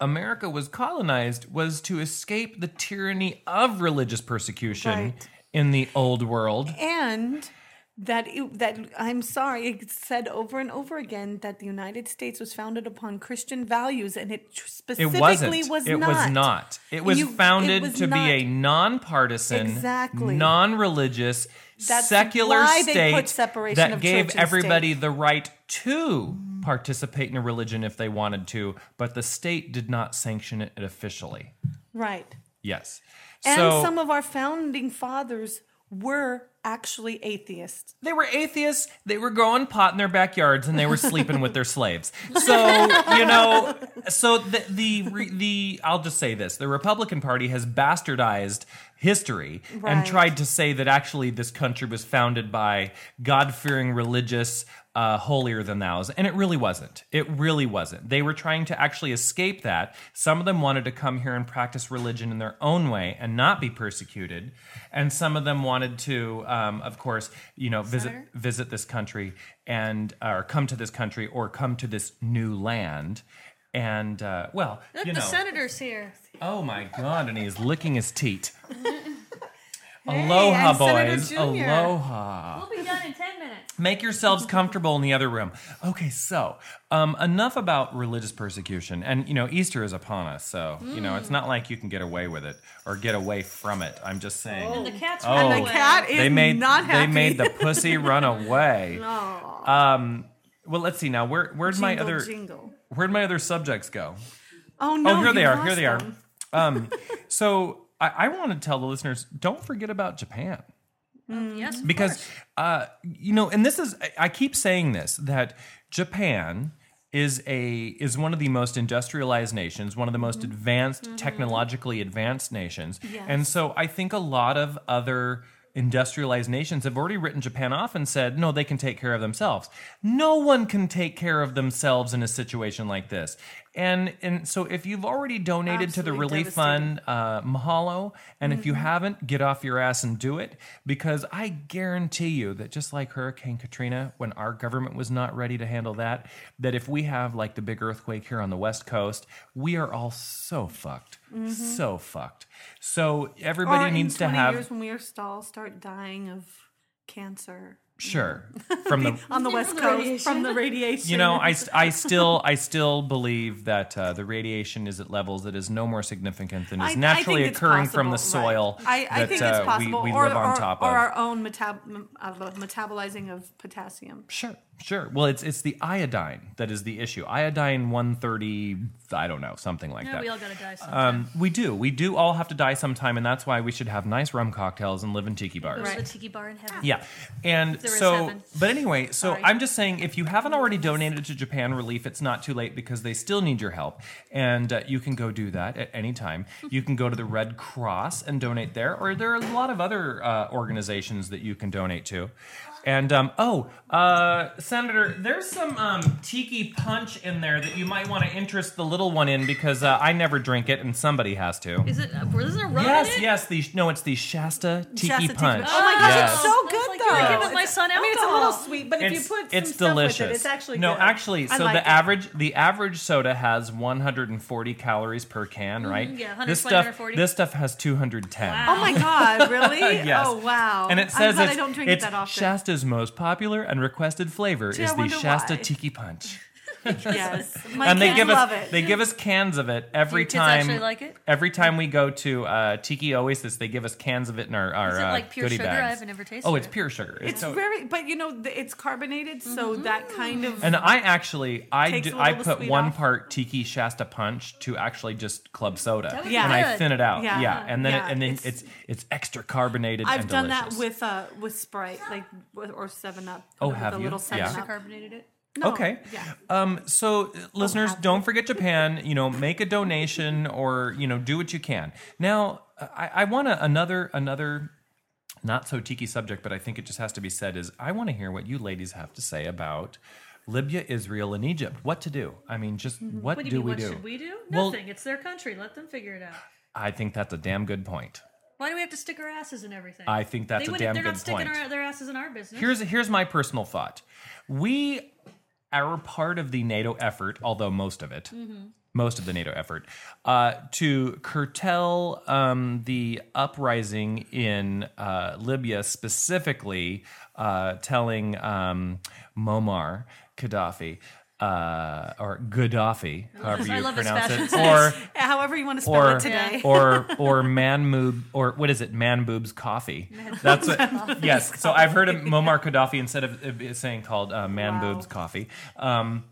Speaker 2: America was colonized was to escape the tyranny of religious persecution
Speaker 4: Right.
Speaker 2: in the old world.
Speaker 4: and that it, that I'm sorry, it's said over and over again that the United States was founded upon Christian values, and it tr-
Speaker 2: It
Speaker 4: specifically
Speaker 2: wasn't.
Speaker 4: was
Speaker 2: it
Speaker 4: not.
Speaker 2: was not. It was
Speaker 4: You- it
Speaker 2: founded
Speaker 4: was
Speaker 2: to
Speaker 4: not.
Speaker 2: be a nonpartisan,
Speaker 4: Exactly.
Speaker 2: non-religious,
Speaker 4: That's
Speaker 2: secular
Speaker 4: why they
Speaker 2: state
Speaker 4: put separation
Speaker 2: that
Speaker 4: of
Speaker 2: gave
Speaker 4: church and
Speaker 2: everybody the right to participate in a religion if they wanted to, but the state did not sanction it officially.
Speaker 4: right.
Speaker 2: Yes.
Speaker 4: And
Speaker 2: so
Speaker 4: some of our founding fathers were actually atheists.
Speaker 2: they were atheists. They were growing pot in their backyards, and they were sleeping with their slaves. So you know, so the the, re- the I'll just say this: the Republican Party has bastardized history and
Speaker 4: Right.
Speaker 2: tried to say that actually this country was founded by God-fearing religious. Uh, holier than thou's, and it really wasn't. It really wasn't. They were trying to actually escape that. Some of them wanted to come here and practice religion in their own way and not be persecuted, and some of them wanted to, um, of course, you know, visit visit this country and uh, or come to this country or come to this new land. And uh, well,
Speaker 3: Look,
Speaker 2: you
Speaker 3: the
Speaker 2: know,
Speaker 3: senator's here.
Speaker 2: oh my god, and he is licking his teat. Aloha,
Speaker 4: I'm Senator
Speaker 2: boys.
Speaker 4: Junior.
Speaker 2: Aloha. Ah.
Speaker 3: We'll be done in 10 minute.
Speaker 2: Make yourselves comfortable in the other room. Okay, so um, enough about religious persecution. And, you know, Easter is upon us, so, you know, it's not like you can get away with it or get away from it. I'm just saying.
Speaker 3: And the cat's
Speaker 2: Oh.
Speaker 3: running
Speaker 4: The
Speaker 3: away.
Speaker 4: cat is
Speaker 2: they made
Speaker 4: not happy.
Speaker 2: they made the pussy run away. Um, well, let's see now. Where where'd my
Speaker 4: Jingle,
Speaker 2: other
Speaker 4: jingle.
Speaker 2: where'd my other subjects go?
Speaker 4: Oh no!
Speaker 2: oh, here they
Speaker 4: you
Speaker 2: are.
Speaker 4: lost
Speaker 2: Here they are.
Speaker 4: them.
Speaker 2: Um, so I, I want to tell the listeners: don't forget about Japan
Speaker 3: Mm-hmm. Yes, of
Speaker 2: because
Speaker 3: course.
Speaker 2: uh, you know, and this is I- I keep saying this that Japan is a is one of the most industrialized nations, one of the
Speaker 3: Mm-hmm.
Speaker 2: most advanced, technologically advanced nations, and so I think a lot of other industrialized nations have already written Japan off and said no they can take care of themselves. No one can take care of themselves in a situation like this. And and so if you've already donated to the
Speaker 4: Absolutely
Speaker 2: relief
Speaker 4: devastating.
Speaker 2: fund
Speaker 4: Mm-hmm.
Speaker 2: uh, mahalo. And if you haven't, get off your ass and do it because I guarantee you that just like Hurricane Katrina, when our government was not ready to handle that, that if we have like the big earthquake here on the West Coast, we are all so fucked. So fucked. So everybody
Speaker 4: Mm-hmm. Or in
Speaker 2: needs to
Speaker 4: 20
Speaker 2: have,
Speaker 4: years when we are all start dying of cancer
Speaker 2: sure, from the.
Speaker 4: on the west coast from the radiation.
Speaker 2: You know, I, st- I still I still believe that uh, the radiation is at levels that is no more significant than
Speaker 4: I- I
Speaker 2: is
Speaker 4: think
Speaker 2: naturally
Speaker 4: it's
Speaker 2: occurring from the
Speaker 4: possible, right.
Speaker 2: soil
Speaker 4: I, I
Speaker 2: that
Speaker 4: think
Speaker 2: uh,
Speaker 4: it's possible.
Speaker 2: we, we
Speaker 4: or,
Speaker 2: live on
Speaker 4: or-
Speaker 2: top
Speaker 4: or
Speaker 2: of.
Speaker 4: our own metab- m- uh, metabolizing of potassium.
Speaker 2: Sure, sure. Well, it's it's the iodine that is the issue. Iodine one thirty, I don't know, something like
Speaker 3: Yeah,
Speaker 2: that.
Speaker 3: we all gotta die sometime.
Speaker 2: um, we do, we do all have to die sometime, and that's why we should have nice rum cocktails and live in tiki bars.
Speaker 3: Go to
Speaker 4: Right.
Speaker 3: the tiki bar in heaven.
Speaker 2: Yeah, and
Speaker 3: There is
Speaker 2: so,
Speaker 3: heaven.
Speaker 2: but anyway, so
Speaker 4: Sorry.
Speaker 2: I'm just saying, if you haven't already donated to Japan Relief, it's not too late because they still need your help, and uh, you can go do that at any time. You can go to the Red Cross and donate there, or there are a lot of other uh, organizations that you can donate to. And um, oh, uh, Senator, there's some um, tiki punch in there that you might want to interest the little one in because uh, I never drink it, and somebody has to.
Speaker 3: Is it? Uh, is there a rum in
Speaker 2: Yes,
Speaker 3: it?
Speaker 2: yes. The no, it's the Shasta Tiki
Speaker 4: Shasta tiki-
Speaker 2: Punch.
Speaker 4: Oh my gosh,
Speaker 2: Yes.
Speaker 4: it's so
Speaker 3: That's
Speaker 4: good
Speaker 3: like
Speaker 4: though.
Speaker 3: you're giving my son
Speaker 4: I mean, it's a
Speaker 3: alcohol.
Speaker 4: little sweet, but if you put some
Speaker 2: it's
Speaker 4: stuff with it,
Speaker 2: delicious.
Speaker 4: it's actually
Speaker 2: no,
Speaker 4: good.
Speaker 2: actually. So
Speaker 4: I like
Speaker 2: the
Speaker 4: it.
Speaker 2: average the average soda has 140 calories per can,
Speaker 4: Mm-hmm,
Speaker 2: right?
Speaker 3: yeah, 120,
Speaker 2: this stuff
Speaker 3: 140.
Speaker 2: this stuff has 210.
Speaker 3: Wow.
Speaker 4: Oh my god, really?
Speaker 2: Yes.
Speaker 4: Oh wow.
Speaker 2: And it says
Speaker 4: I'm glad
Speaker 2: it's,
Speaker 4: I don't drink
Speaker 2: it's
Speaker 4: it that often.
Speaker 2: Shasta's most popular and requested flavor
Speaker 4: Gee, I
Speaker 2: is the
Speaker 4: wonder
Speaker 2: Shasta
Speaker 4: why.
Speaker 2: Tiki Punch.
Speaker 4: yes. My
Speaker 2: and they
Speaker 4: kids
Speaker 2: give
Speaker 4: love
Speaker 2: us
Speaker 4: it.
Speaker 2: they give us cans of it every
Speaker 3: your kids
Speaker 2: time.
Speaker 3: actually like it?
Speaker 2: Every time we go to uh, Tiki Oasis, they give us cans of it in our, our
Speaker 3: Is it
Speaker 2: uh,
Speaker 3: like pure
Speaker 2: goodie
Speaker 3: sugar? I
Speaker 2: bags.
Speaker 3: haven't ever tasted
Speaker 2: Oh, it's
Speaker 3: it.
Speaker 2: pure sugar.
Speaker 4: it's
Speaker 2: so-
Speaker 4: very but you know, th- it's carbonated, so that kind of
Speaker 2: And I actually, I
Speaker 4: Takes
Speaker 2: do,
Speaker 4: a
Speaker 2: I
Speaker 4: little
Speaker 2: put
Speaker 4: sweet
Speaker 2: one
Speaker 4: off.
Speaker 2: part tiki Shasta punch to actually just club soda,
Speaker 3: That would
Speaker 4: Yeah.
Speaker 2: and
Speaker 4: be
Speaker 2: I
Speaker 3: good.
Speaker 2: thin it out, yeah,
Speaker 4: Yeah.
Speaker 2: and then
Speaker 4: Yeah,
Speaker 2: and then it's,
Speaker 4: it's-
Speaker 2: it's extra carbonated.
Speaker 4: I've
Speaker 2: and
Speaker 4: done
Speaker 2: delicious.
Speaker 4: that with uh with Sprite, like with, or Seven Up.
Speaker 2: Oh,
Speaker 4: with
Speaker 2: have
Speaker 4: a
Speaker 2: you?
Speaker 4: Little
Speaker 2: Yeah.
Speaker 4: seven
Speaker 3: Extra
Speaker 4: up.
Speaker 3: carbonated it.
Speaker 4: No,
Speaker 2: okay.
Speaker 4: Yeah. Oh,
Speaker 2: Um, so, uh, listeners, don't forget Japan. You know, make a donation or you know, do what you can. Now, I, I want to another another not so tiki subject, but I think it just has to be said. Is I want to hear what you ladies have to say about. Libya, Israel, and Egypt. What to do? I mean, just
Speaker 4: Mm-hmm.
Speaker 2: what,
Speaker 3: What do you
Speaker 2: do
Speaker 3: mean?
Speaker 2: we
Speaker 3: what
Speaker 2: do?
Speaker 3: should we do?
Speaker 2: Well-
Speaker 3: Nothing. it's their country. Let them figure it out.
Speaker 2: I think that's a damn good point.
Speaker 3: Why do we have to stick our asses in everything?
Speaker 2: I think that's
Speaker 3: they
Speaker 2: a
Speaker 3: wouldn't-
Speaker 2: damn
Speaker 3: They're
Speaker 2: good
Speaker 3: not sticking
Speaker 2: point.
Speaker 3: our, their asses in our business.
Speaker 2: Here's here's my personal thought. We are part of the NATO effort, although most of it,
Speaker 3: Mm-hmm.
Speaker 2: most of the NATO effort, uh, to curtail um, the uprising in uh, Libya, specifically uh, telling um, Muammar Gaddafi. Uh, or Gaddafi, however
Speaker 3: his-
Speaker 2: you
Speaker 3: I love his
Speaker 2: pronounce
Speaker 3: fashion
Speaker 2: it,
Speaker 3: sense.
Speaker 2: or
Speaker 4: However you want to spell
Speaker 2: or
Speaker 4: it today.
Speaker 2: or or man moob or what is it man boobs coffee that's what yes so i've heard of Muammar Gaddafi instead of it be- saying called uh, man
Speaker 4: Wow.
Speaker 2: boobs coffee um,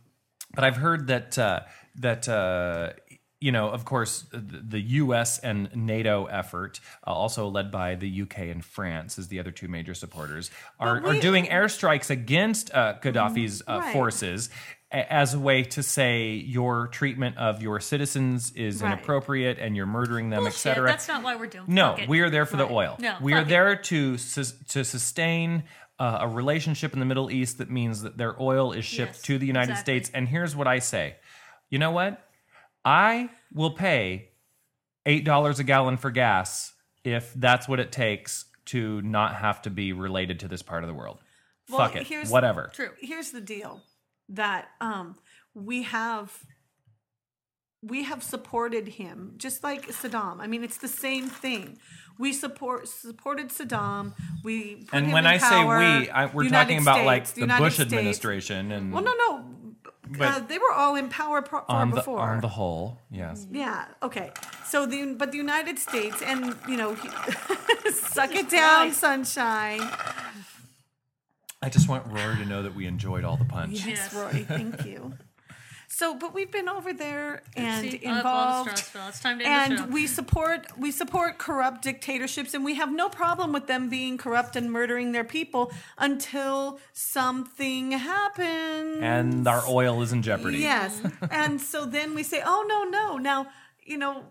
Speaker 2: but i've heard that uh, that uh, you know, of course, the the U.S. and NATO effort, uh, also led by the U.K. and France, as the other two major supporters, are,
Speaker 4: But we-
Speaker 2: are doing airstrikes against uh, Gaddafi's uh,
Speaker 4: Right.
Speaker 2: forces a- as a way to say your treatment of your citizens is
Speaker 4: Right.
Speaker 2: inappropriate and you're murdering them,
Speaker 3: Bullshit.
Speaker 2: etc.
Speaker 3: That's not why we're doing.
Speaker 2: No,
Speaker 3: Fuck it.
Speaker 2: we are there for the oil.
Speaker 3: No,
Speaker 2: we are
Speaker 3: fuck it.
Speaker 2: there to sus- to sustain uh, a relationship in the Middle East that means that their oil is shipped
Speaker 3: Yes,
Speaker 2: to the United
Speaker 3: exactly.
Speaker 2: States. And here's what I say: You know what? I will pay eight dollars a gallon for gas if that's what it takes to not have to be related to this part of the world.
Speaker 4: Well,
Speaker 2: Fuck it,
Speaker 4: here's-
Speaker 2: whatever.
Speaker 3: True.
Speaker 4: Here's the deal that um, we have we have supported him just like Saddam. I mean, it's the same thing. We support supported Saddam. We put
Speaker 2: And
Speaker 4: him
Speaker 2: when
Speaker 4: in
Speaker 2: I say
Speaker 4: power,
Speaker 2: we, I, we're
Speaker 4: United
Speaker 2: talking about like
Speaker 4: States,
Speaker 2: the
Speaker 4: United
Speaker 2: Bush
Speaker 4: States.
Speaker 2: administration and
Speaker 4: Well, no, no, uh,
Speaker 2: But-
Speaker 4: they were all in power pro- far
Speaker 2: on the
Speaker 4: before. Mm.
Speaker 2: on the whole, yes.
Speaker 4: Yeah. Okay. So the but the United States and you know, suck it down,
Speaker 3: Christ.
Speaker 4: sunshine.
Speaker 2: I just want Rory to know that we enjoyed all the punch.
Speaker 4: Yes,
Speaker 3: Yes.
Speaker 4: Roy. Thank you. So, but we've been over there and
Speaker 3: See, I've all the
Speaker 4: involved.
Speaker 3: straws fell. It's time to end the show.
Speaker 4: and we support we support corrupt dictatorships and we have no problem with them being corrupt and murdering their people until something happens
Speaker 2: And our oil is in jeopardy.
Speaker 4: Yes. and so then we say, oh, no, no. Now, you know,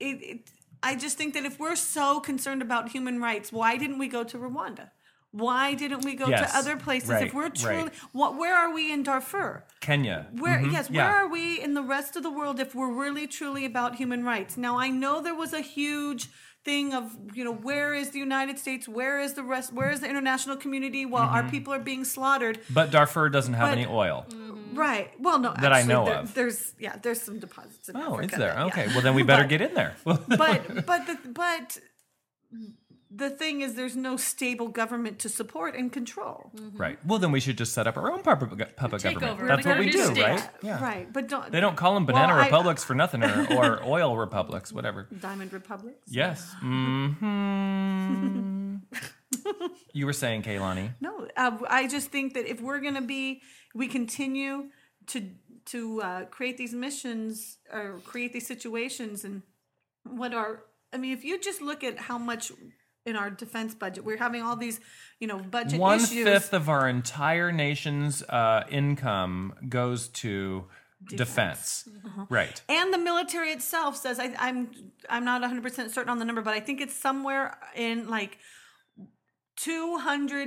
Speaker 4: it, it, I just think that if we're so concerned about human rights, why didn't we go to Rwanda? Why didn't we go
Speaker 2: Yes.
Speaker 4: to other places?
Speaker 2: Right,
Speaker 4: if we're truly,
Speaker 2: right.
Speaker 4: what, where are we in Darfur?
Speaker 2: Kenya.
Speaker 4: Where yes, where
Speaker 2: Mm-hmm. yeah.
Speaker 4: are we in the rest of the world if we're really truly about human rights? Now I know there was a huge thing of you know where is the United States? Where is the rest? Where is the international community? While our
Speaker 2: Mm-hmm.
Speaker 4: people are being slaughtered,
Speaker 2: But Darfur doesn't have
Speaker 4: But- Mm,
Speaker 2: any oil.
Speaker 4: right? Well, no,
Speaker 2: That I
Speaker 4: actually,
Speaker 2: know
Speaker 4: there-
Speaker 2: of.
Speaker 4: There's yeah, there's some deposits. In
Speaker 2: Oh,
Speaker 4: Africa
Speaker 2: is there?
Speaker 4: that- yeah.
Speaker 2: Okay. Well, then we better
Speaker 4: But- Mm-hmm.
Speaker 2: get in there. Well,
Speaker 4: but but the, but the thing is, there's no stable government to support and control.
Speaker 2: right. Well, then we should just set up our own puppet, puppet
Speaker 3: Take
Speaker 2: government.
Speaker 3: over.
Speaker 2: That's
Speaker 3: We're
Speaker 2: what we
Speaker 3: gonna
Speaker 2: do,
Speaker 3: do state.
Speaker 2: right? Yeah.
Speaker 4: Right, but don't
Speaker 2: They don't call them banana
Speaker 4: Well, I- uh,
Speaker 2: republics for nothing, or, or oil republics, whatever.
Speaker 4: diamond republics.
Speaker 2: Yes. hmm you were saying, Kaylani.
Speaker 4: No, uh, I just think that if we're going to be, we continue to to uh, create these missions or create these situations, and what are I mean, if you just look at how much in our defense budget we're having all these, you know, budget
Speaker 2: One
Speaker 4: issues.
Speaker 2: fifth of our entire nation's uh, income goes to defense.
Speaker 4: Uh-huh.
Speaker 2: Right.
Speaker 4: and the military itself says I, I'm I'm not 100 percent certain on the number, but I think it's somewhere in like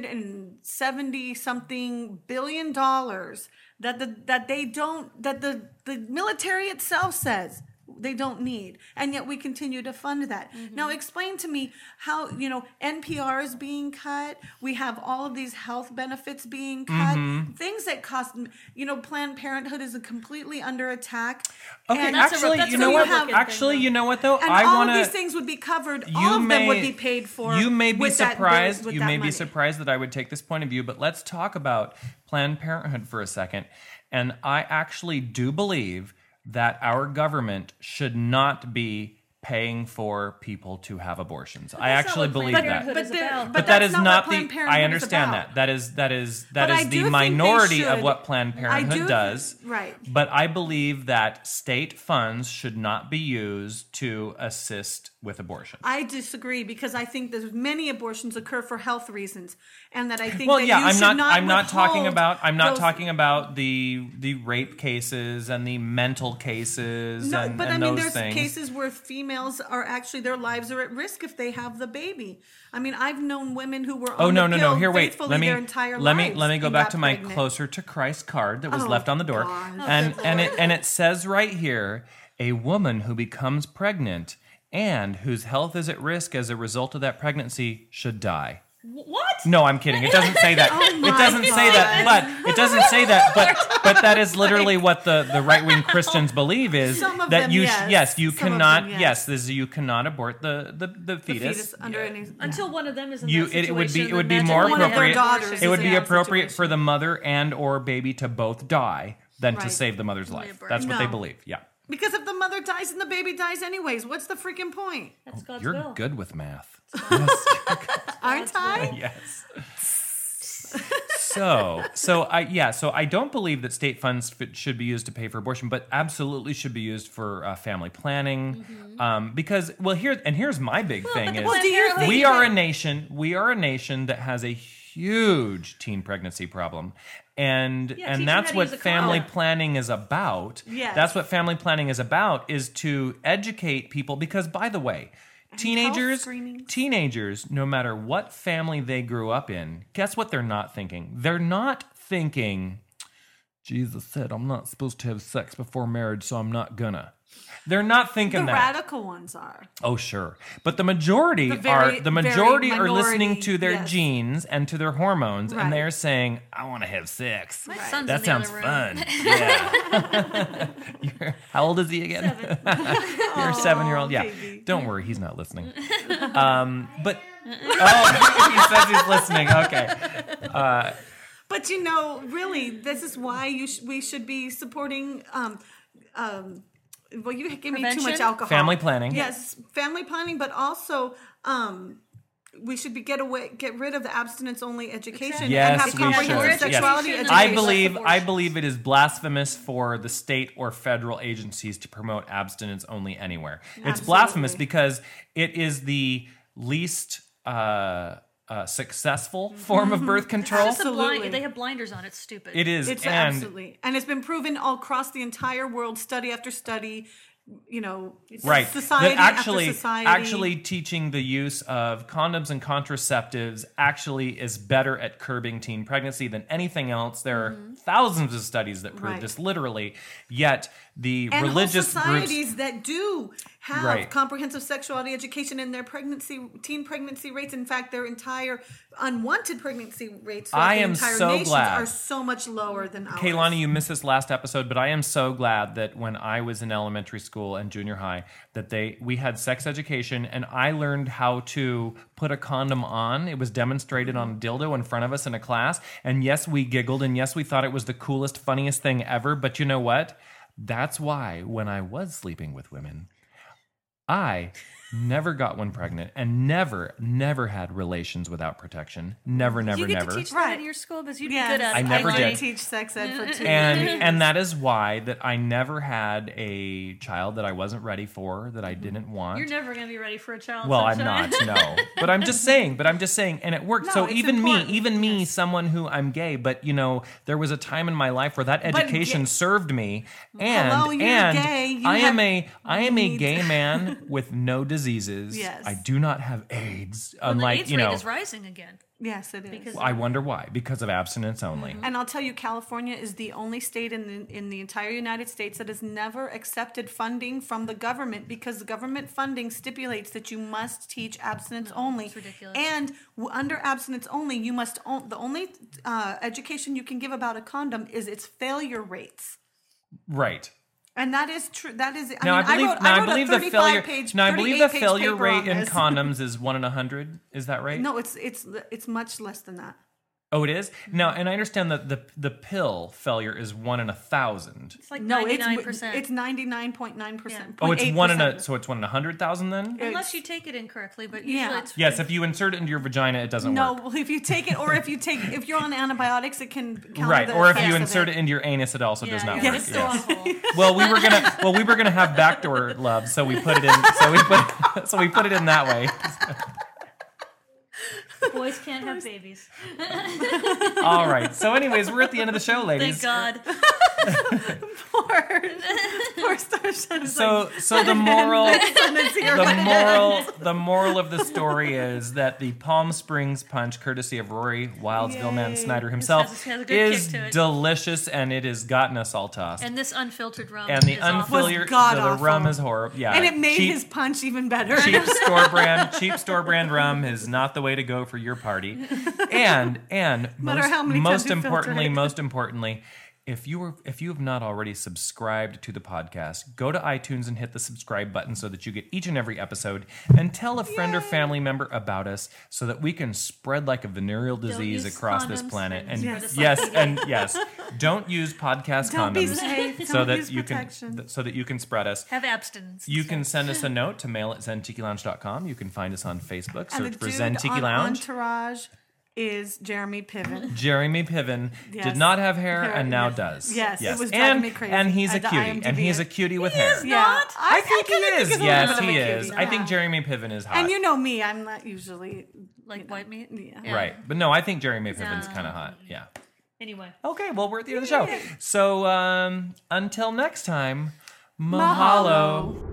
Speaker 4: 270 something billion dollars that the that they don't that the the military itself says they don't need and yet we continue to fund that
Speaker 2: Mm-hmm.
Speaker 4: now explain to me how you know npr is being cut we have all of these health benefits being cut
Speaker 2: Mm-hmm.
Speaker 4: things that cost you know planned parenthood is completely under attack
Speaker 2: Okay,
Speaker 4: And-
Speaker 3: that's a-
Speaker 2: actually,
Speaker 3: that's
Speaker 2: you
Speaker 3: a
Speaker 2: know what?
Speaker 3: Republican thing,
Speaker 2: Actually,
Speaker 3: though.
Speaker 2: you know what though?
Speaker 4: and
Speaker 2: I
Speaker 4: all
Speaker 2: want
Speaker 4: of these things would be covered.
Speaker 2: you
Speaker 4: all of
Speaker 2: may,
Speaker 4: them would be paid for.
Speaker 2: You may be
Speaker 4: with that bill-
Speaker 2: surprised.
Speaker 4: with
Speaker 2: you
Speaker 4: that
Speaker 2: may be
Speaker 4: money.
Speaker 2: surprised that I would take this point of view, but let's talk about Planned Parenthood for a second. And I actually do believe that our government should not be paying for people to have abortions. I
Speaker 3: that's not
Speaker 2: actually
Speaker 3: what
Speaker 2: believe
Speaker 3: Planned
Speaker 2: that.
Speaker 3: Parenthood
Speaker 4: But
Speaker 3: is
Speaker 4: there-
Speaker 3: about.
Speaker 4: but
Speaker 2: But that is
Speaker 4: that's not
Speaker 2: not
Speaker 4: what
Speaker 2: the.
Speaker 4: Planned Parenthood
Speaker 2: I
Speaker 4: is
Speaker 2: understand
Speaker 4: about.
Speaker 2: that. That is that is that is
Speaker 4: But I do
Speaker 2: the
Speaker 4: think they
Speaker 2: minority of
Speaker 4: should-
Speaker 2: what Planned Parenthood
Speaker 4: do-
Speaker 2: does.
Speaker 4: right.
Speaker 2: But I believe that state funds should not be used to assist with abortion.
Speaker 4: I disagree because I think that many abortions occur for health reasons, and that I think
Speaker 2: well,
Speaker 4: that
Speaker 2: yeah,
Speaker 4: you
Speaker 2: I'm
Speaker 4: should
Speaker 2: not, I'm not talking
Speaker 4: withhold
Speaker 2: about. I'm not
Speaker 4: those-
Speaker 2: talking about the the rape cases and the mental cases
Speaker 4: No,
Speaker 2: and,
Speaker 4: but
Speaker 2: and
Speaker 4: I mean,
Speaker 2: those
Speaker 4: there's
Speaker 2: things.
Speaker 4: cases where females are actually their lives are at risk if they have the baby. I mean, I've known women who were on
Speaker 2: Oh no
Speaker 4: the
Speaker 2: no no!
Speaker 4: pill
Speaker 2: Here, wait.
Speaker 4: faithfully
Speaker 2: Let me
Speaker 4: their entire
Speaker 2: let me
Speaker 4: lives
Speaker 2: let me go
Speaker 4: and
Speaker 2: back
Speaker 4: got
Speaker 2: to my
Speaker 4: pregnant.
Speaker 2: closer to Christ card that was
Speaker 4: Oh,
Speaker 2: left on the door,
Speaker 4: God. Oh,
Speaker 2: and
Speaker 3: good
Speaker 2: and it
Speaker 3: Lord.
Speaker 2: and it says right here, a woman who becomes pregnant and whose health is at risk as a result of that pregnancy should die.
Speaker 3: what?
Speaker 2: No, I'm kidding. It doesn't say that.
Speaker 4: Oh my
Speaker 2: it doesn't say that. But it doesn't say that. But but that is literally what the, the right wing Christians believe is
Speaker 4: Some of
Speaker 2: that
Speaker 4: them,
Speaker 2: you
Speaker 4: yes.
Speaker 2: you
Speaker 4: Some of
Speaker 2: cannot
Speaker 4: them,
Speaker 2: yes,
Speaker 4: yes.
Speaker 2: this is- you cannot abort the the, the fetus.
Speaker 4: fetus under any
Speaker 3: Until one of them is in
Speaker 2: You-
Speaker 3: that
Speaker 2: it-
Speaker 3: situation,
Speaker 2: it would be- it
Speaker 3: then
Speaker 2: would be
Speaker 3: imagine
Speaker 2: more
Speaker 3: one of their
Speaker 2: appropriate-
Speaker 3: daughters
Speaker 2: it
Speaker 4: is
Speaker 2: would
Speaker 4: a
Speaker 2: be
Speaker 4: bad
Speaker 2: appropriate for
Speaker 4: situation.
Speaker 2: the mother and or baby to both die than to
Speaker 4: Right.
Speaker 2: save the mother's life.
Speaker 3: Labor.
Speaker 2: That's what they
Speaker 4: No.
Speaker 2: believe. Yeah.
Speaker 4: Because if the mother dies and the baby dies anyways, what's the freaking point?
Speaker 3: That's God's
Speaker 2: You're
Speaker 3: will.
Speaker 2: good with math. Yes.
Speaker 4: Aren't I?
Speaker 2: yes. so, so I yeah, so I don't believe that state funds f- should be used to pay for abortion, but absolutely should be used for uh, family planning, um, because well, here and here's my big thing
Speaker 3: Mm-hmm. but
Speaker 2: is
Speaker 4: do
Speaker 3: the
Speaker 4: you
Speaker 3: Planned
Speaker 4: think-
Speaker 2: we are a nation. We are a nation that has a huge teen pregnancy problem, and
Speaker 3: Yeah, teach 'em
Speaker 2: and that's
Speaker 3: how to
Speaker 2: what
Speaker 3: use a
Speaker 2: family
Speaker 3: condom.
Speaker 2: planning is about.
Speaker 4: Yes.
Speaker 2: that's what family planning is about is to educate people. Because by the way, teenagers,
Speaker 4: screenings.
Speaker 2: teenagers, no matter what family they grew up in, guess what? They're not thinking. They're not thinking. Jesus said, I'm not supposed to have sex before marriage, so I'm not gonna. They're not thinking
Speaker 4: The
Speaker 2: that.
Speaker 4: radical ones are.
Speaker 2: Oh sure, but the majority
Speaker 4: The very-
Speaker 2: are the
Speaker 4: very
Speaker 2: majority are
Speaker 4: minority,
Speaker 2: listening to their
Speaker 4: yes.
Speaker 2: genes and to their hormones,
Speaker 4: Right.
Speaker 2: and they're saying, "I want to have sex.
Speaker 3: My son's
Speaker 2: that
Speaker 3: in the
Speaker 2: sounds
Speaker 3: other room.
Speaker 2: fun." Yeah. You're- how old is he again? Your seven-year-old. Yeah.
Speaker 4: baby.
Speaker 2: Don't worry, he's not listening. Um, but oh, he says he's listening. Okay.
Speaker 4: But you know, really, this is why you sh- we should be supporting. Um, um, well, you gave me too much
Speaker 3: Prevention?
Speaker 4: alcohol.
Speaker 2: Family planning.
Speaker 4: Yes, family planning, but also. Um, we should be get away, get rid of the abstinence only education and
Speaker 2: Yes,
Speaker 4: have
Speaker 2: we should.
Speaker 4: comprehensive
Speaker 2: Yes.
Speaker 4: sexuality
Speaker 3: I
Speaker 4: education.
Speaker 2: I
Speaker 3: Education.
Speaker 2: believe I
Speaker 3: Abortion.
Speaker 2: believe it is blasphemous for the state or federal agencies to promote abstinence only anywhere. It's blasphemous because it is the least uh, uh, successful form of birth control.
Speaker 3: It's a
Speaker 4: Absolutely.
Speaker 3: blind, they have blinders on. It's stupid.
Speaker 2: It is,
Speaker 4: It's
Speaker 2: and
Speaker 4: absolutely, and it's been proven all across the entire world, study after study. You know,
Speaker 2: right
Speaker 4: Society
Speaker 2: that actually
Speaker 4: after society.
Speaker 2: actually teaching the use of condoms and contraceptives actually is better at curbing teen pregnancy than anything else there are thousands of studies that prove
Speaker 4: Mm-hmm. Right.
Speaker 2: this literally yet the
Speaker 4: and whole
Speaker 2: religious groups
Speaker 4: societies that do have
Speaker 2: Right.
Speaker 4: comprehensive sexuality education in their pregnancy teen pregnancy rates in fact their entire unwanted pregnancy rates throughout
Speaker 2: I
Speaker 4: the
Speaker 2: am
Speaker 4: entire
Speaker 2: so
Speaker 4: nations
Speaker 2: glad.
Speaker 4: are so much lower than ours
Speaker 2: Kaylani, you missed this last episode, but I am so glad that when I was in elementary school and junior high, that they we had sex education, and I learned how to put a condom on. It was demonstrated on a dildo in front of us in a class, and yes, we giggled, and yes, we thought it was the coolest, funniest thing ever. But you know what? That's why when I was sleeping with women, I never got one pregnant, and never, never had relations without protection. Never, never,
Speaker 3: you get
Speaker 2: never
Speaker 3: to teach that
Speaker 4: Right.
Speaker 3: in your school because you'd
Speaker 4: yes,
Speaker 3: be good at
Speaker 2: I
Speaker 3: it.
Speaker 2: never
Speaker 4: I
Speaker 3: like,
Speaker 4: did
Speaker 2: did.
Speaker 4: teach sex ed for two
Speaker 2: and and that is why that I never had a child that I wasn't ready for that I didn't want.
Speaker 3: You're never going to be ready for a child.
Speaker 2: well, I'm
Speaker 3: sometime.
Speaker 2: not, no. But I'm just saying, but I'm just saying and it worked.
Speaker 4: No,
Speaker 2: so
Speaker 4: it's
Speaker 2: even
Speaker 4: important.
Speaker 2: me, even me, someone who I'm gay, but you know, there was a time in my life where that education
Speaker 4: gay-
Speaker 2: served me and
Speaker 4: Hello, you're
Speaker 2: and
Speaker 4: gay. You
Speaker 2: I am
Speaker 4: have
Speaker 2: a I am a
Speaker 4: needs.
Speaker 2: gay man with no diseases.
Speaker 4: Yes.
Speaker 2: I do not have AIDS.
Speaker 3: And the
Speaker 2: Unlike,
Speaker 3: AIDS
Speaker 2: you know,
Speaker 3: rate is rising again.
Speaker 4: yes it is
Speaker 3: Because-
Speaker 2: I wonder why because of abstinence only.
Speaker 4: and I'll tell you, California is the only state in the, in the entire United States that has never accepted funding from the government because the government funding stipulates that you must teach abstinence only.
Speaker 3: it's Oh, ridiculous.
Speaker 4: And w- under abstinence only, you must on, the only uh, education you can give about a condom is its failure rates.
Speaker 2: Right.
Speaker 4: And that is true. That is. I
Speaker 2: Now
Speaker 4: mean,
Speaker 2: I believe
Speaker 4: wrote,
Speaker 2: now
Speaker 4: I
Speaker 2: I,
Speaker 4: wrote
Speaker 2: believe
Speaker 4: a
Speaker 2: the
Speaker 4: 35
Speaker 2: failure
Speaker 4: page.
Speaker 2: now I believe the
Speaker 4: 38 page
Speaker 2: failure
Speaker 4: paper on
Speaker 2: rate in
Speaker 4: this.
Speaker 2: condoms is one in a hundred. Is that right?
Speaker 4: No, it's it's it's much less than that.
Speaker 2: Oh, it is now, and I understand that the the pill failure is one in a thousand.
Speaker 3: It's like
Speaker 4: No, it's
Speaker 3: 99%.
Speaker 4: it's ninety nine point nine percent.
Speaker 2: Oh, it's one in a so it's one in a hundred thousand then.
Speaker 3: Unless you take it incorrectly, but usually
Speaker 4: Yeah.
Speaker 3: it's
Speaker 2: Yes, if you insert it into your vagina, it doesn't
Speaker 4: No,
Speaker 2: work.
Speaker 4: well, if you take it, or if you take, if you're on antibiotics, it can counter
Speaker 2: Right,
Speaker 4: the
Speaker 2: or if
Speaker 4: effects
Speaker 2: you
Speaker 4: of
Speaker 2: insert it into your anus, it also does not
Speaker 3: yeah,
Speaker 2: work.
Speaker 3: It's so
Speaker 2: Yes.
Speaker 3: awful.
Speaker 2: Well, we were gonna well we were gonna have backdoor love, so we put it in so we put so we put it in that way.
Speaker 3: Boys can't have babies.
Speaker 2: All right. So, anyways, we're at the end of the show, ladies.
Speaker 3: Thank God.
Speaker 4: Poor Starshine is
Speaker 2: So so the moral.
Speaker 4: like, zero.
Speaker 2: the moral the moral of the story is that the Palm Springs punch, courtesy of Rory Wildsville Man Snyder himself,
Speaker 3: This has- has a good
Speaker 2: is
Speaker 3: kick to it.
Speaker 2: delicious and it has gotten us all tossed. And,
Speaker 3: And this unfiltered rum.
Speaker 2: the
Speaker 3: is awful.
Speaker 2: unfiltered
Speaker 4: Was god
Speaker 2: the, the
Speaker 4: awful.
Speaker 2: rum is horrible. Yeah,
Speaker 4: and it made
Speaker 2: cheap,
Speaker 4: his punch even better.
Speaker 2: cheap store brand cheap store brand rum is not the way to go for your party. And and
Speaker 4: Matter
Speaker 2: most,
Speaker 4: how many times
Speaker 2: most
Speaker 4: you filter
Speaker 2: importantly,
Speaker 4: it.
Speaker 2: most importantly. If you were, if you have not already subscribed to the podcast, go to iTunes and hit the subscribe button so that you get each and every episode, and tell a friend or family member about us so that we can spread like a venereal disease
Speaker 3: use
Speaker 2: across this
Speaker 3: condoms
Speaker 2: planet. And
Speaker 3: and
Speaker 2: yes,
Speaker 3: Yes.
Speaker 2: and yes, don't use podcast
Speaker 4: Don't be
Speaker 2: condoms
Speaker 4: safe.
Speaker 2: so
Speaker 4: Don't
Speaker 2: that
Speaker 4: use
Speaker 2: you
Speaker 4: protection.
Speaker 2: can th- so that you can spread us.
Speaker 3: Have abstinence.
Speaker 2: You can send us a note to mail at zentikilounge.com. You can find us on Facebook.
Speaker 4: and the
Speaker 2: Search for
Speaker 4: dude
Speaker 2: Zen Tiki
Speaker 4: on
Speaker 2: Lounge.
Speaker 4: Entourage is Jeremy Piven.
Speaker 2: Jeremy Piven did
Speaker 4: Yes.
Speaker 2: not have hair
Speaker 4: Hair,
Speaker 2: and now
Speaker 4: yes.
Speaker 2: does.
Speaker 4: Yes, it was driving
Speaker 2: and,
Speaker 4: me crazy.
Speaker 2: And he's a
Speaker 4: At the
Speaker 2: cutie. And
Speaker 4: IMDb.
Speaker 2: he's a cutie with hair.
Speaker 4: Yeah,
Speaker 3: not?
Speaker 2: I think he
Speaker 4: kinda
Speaker 2: is.
Speaker 4: he's a little
Speaker 2: yes,
Speaker 4: bit of
Speaker 2: he
Speaker 4: a
Speaker 2: is.
Speaker 4: cutie.
Speaker 2: I
Speaker 4: Yeah.
Speaker 2: think Jeremy Piven is hot.
Speaker 4: And you know me, I'm not usually.
Speaker 3: like white meat. Yeah.
Speaker 2: right. But no, I think Jeremy Piven's
Speaker 3: No.
Speaker 2: kind of hot. Yeah.
Speaker 3: Anyway.
Speaker 2: Okay, well, we're at the end of the show. So um, until next time, mahalo.
Speaker 4: Mahalo.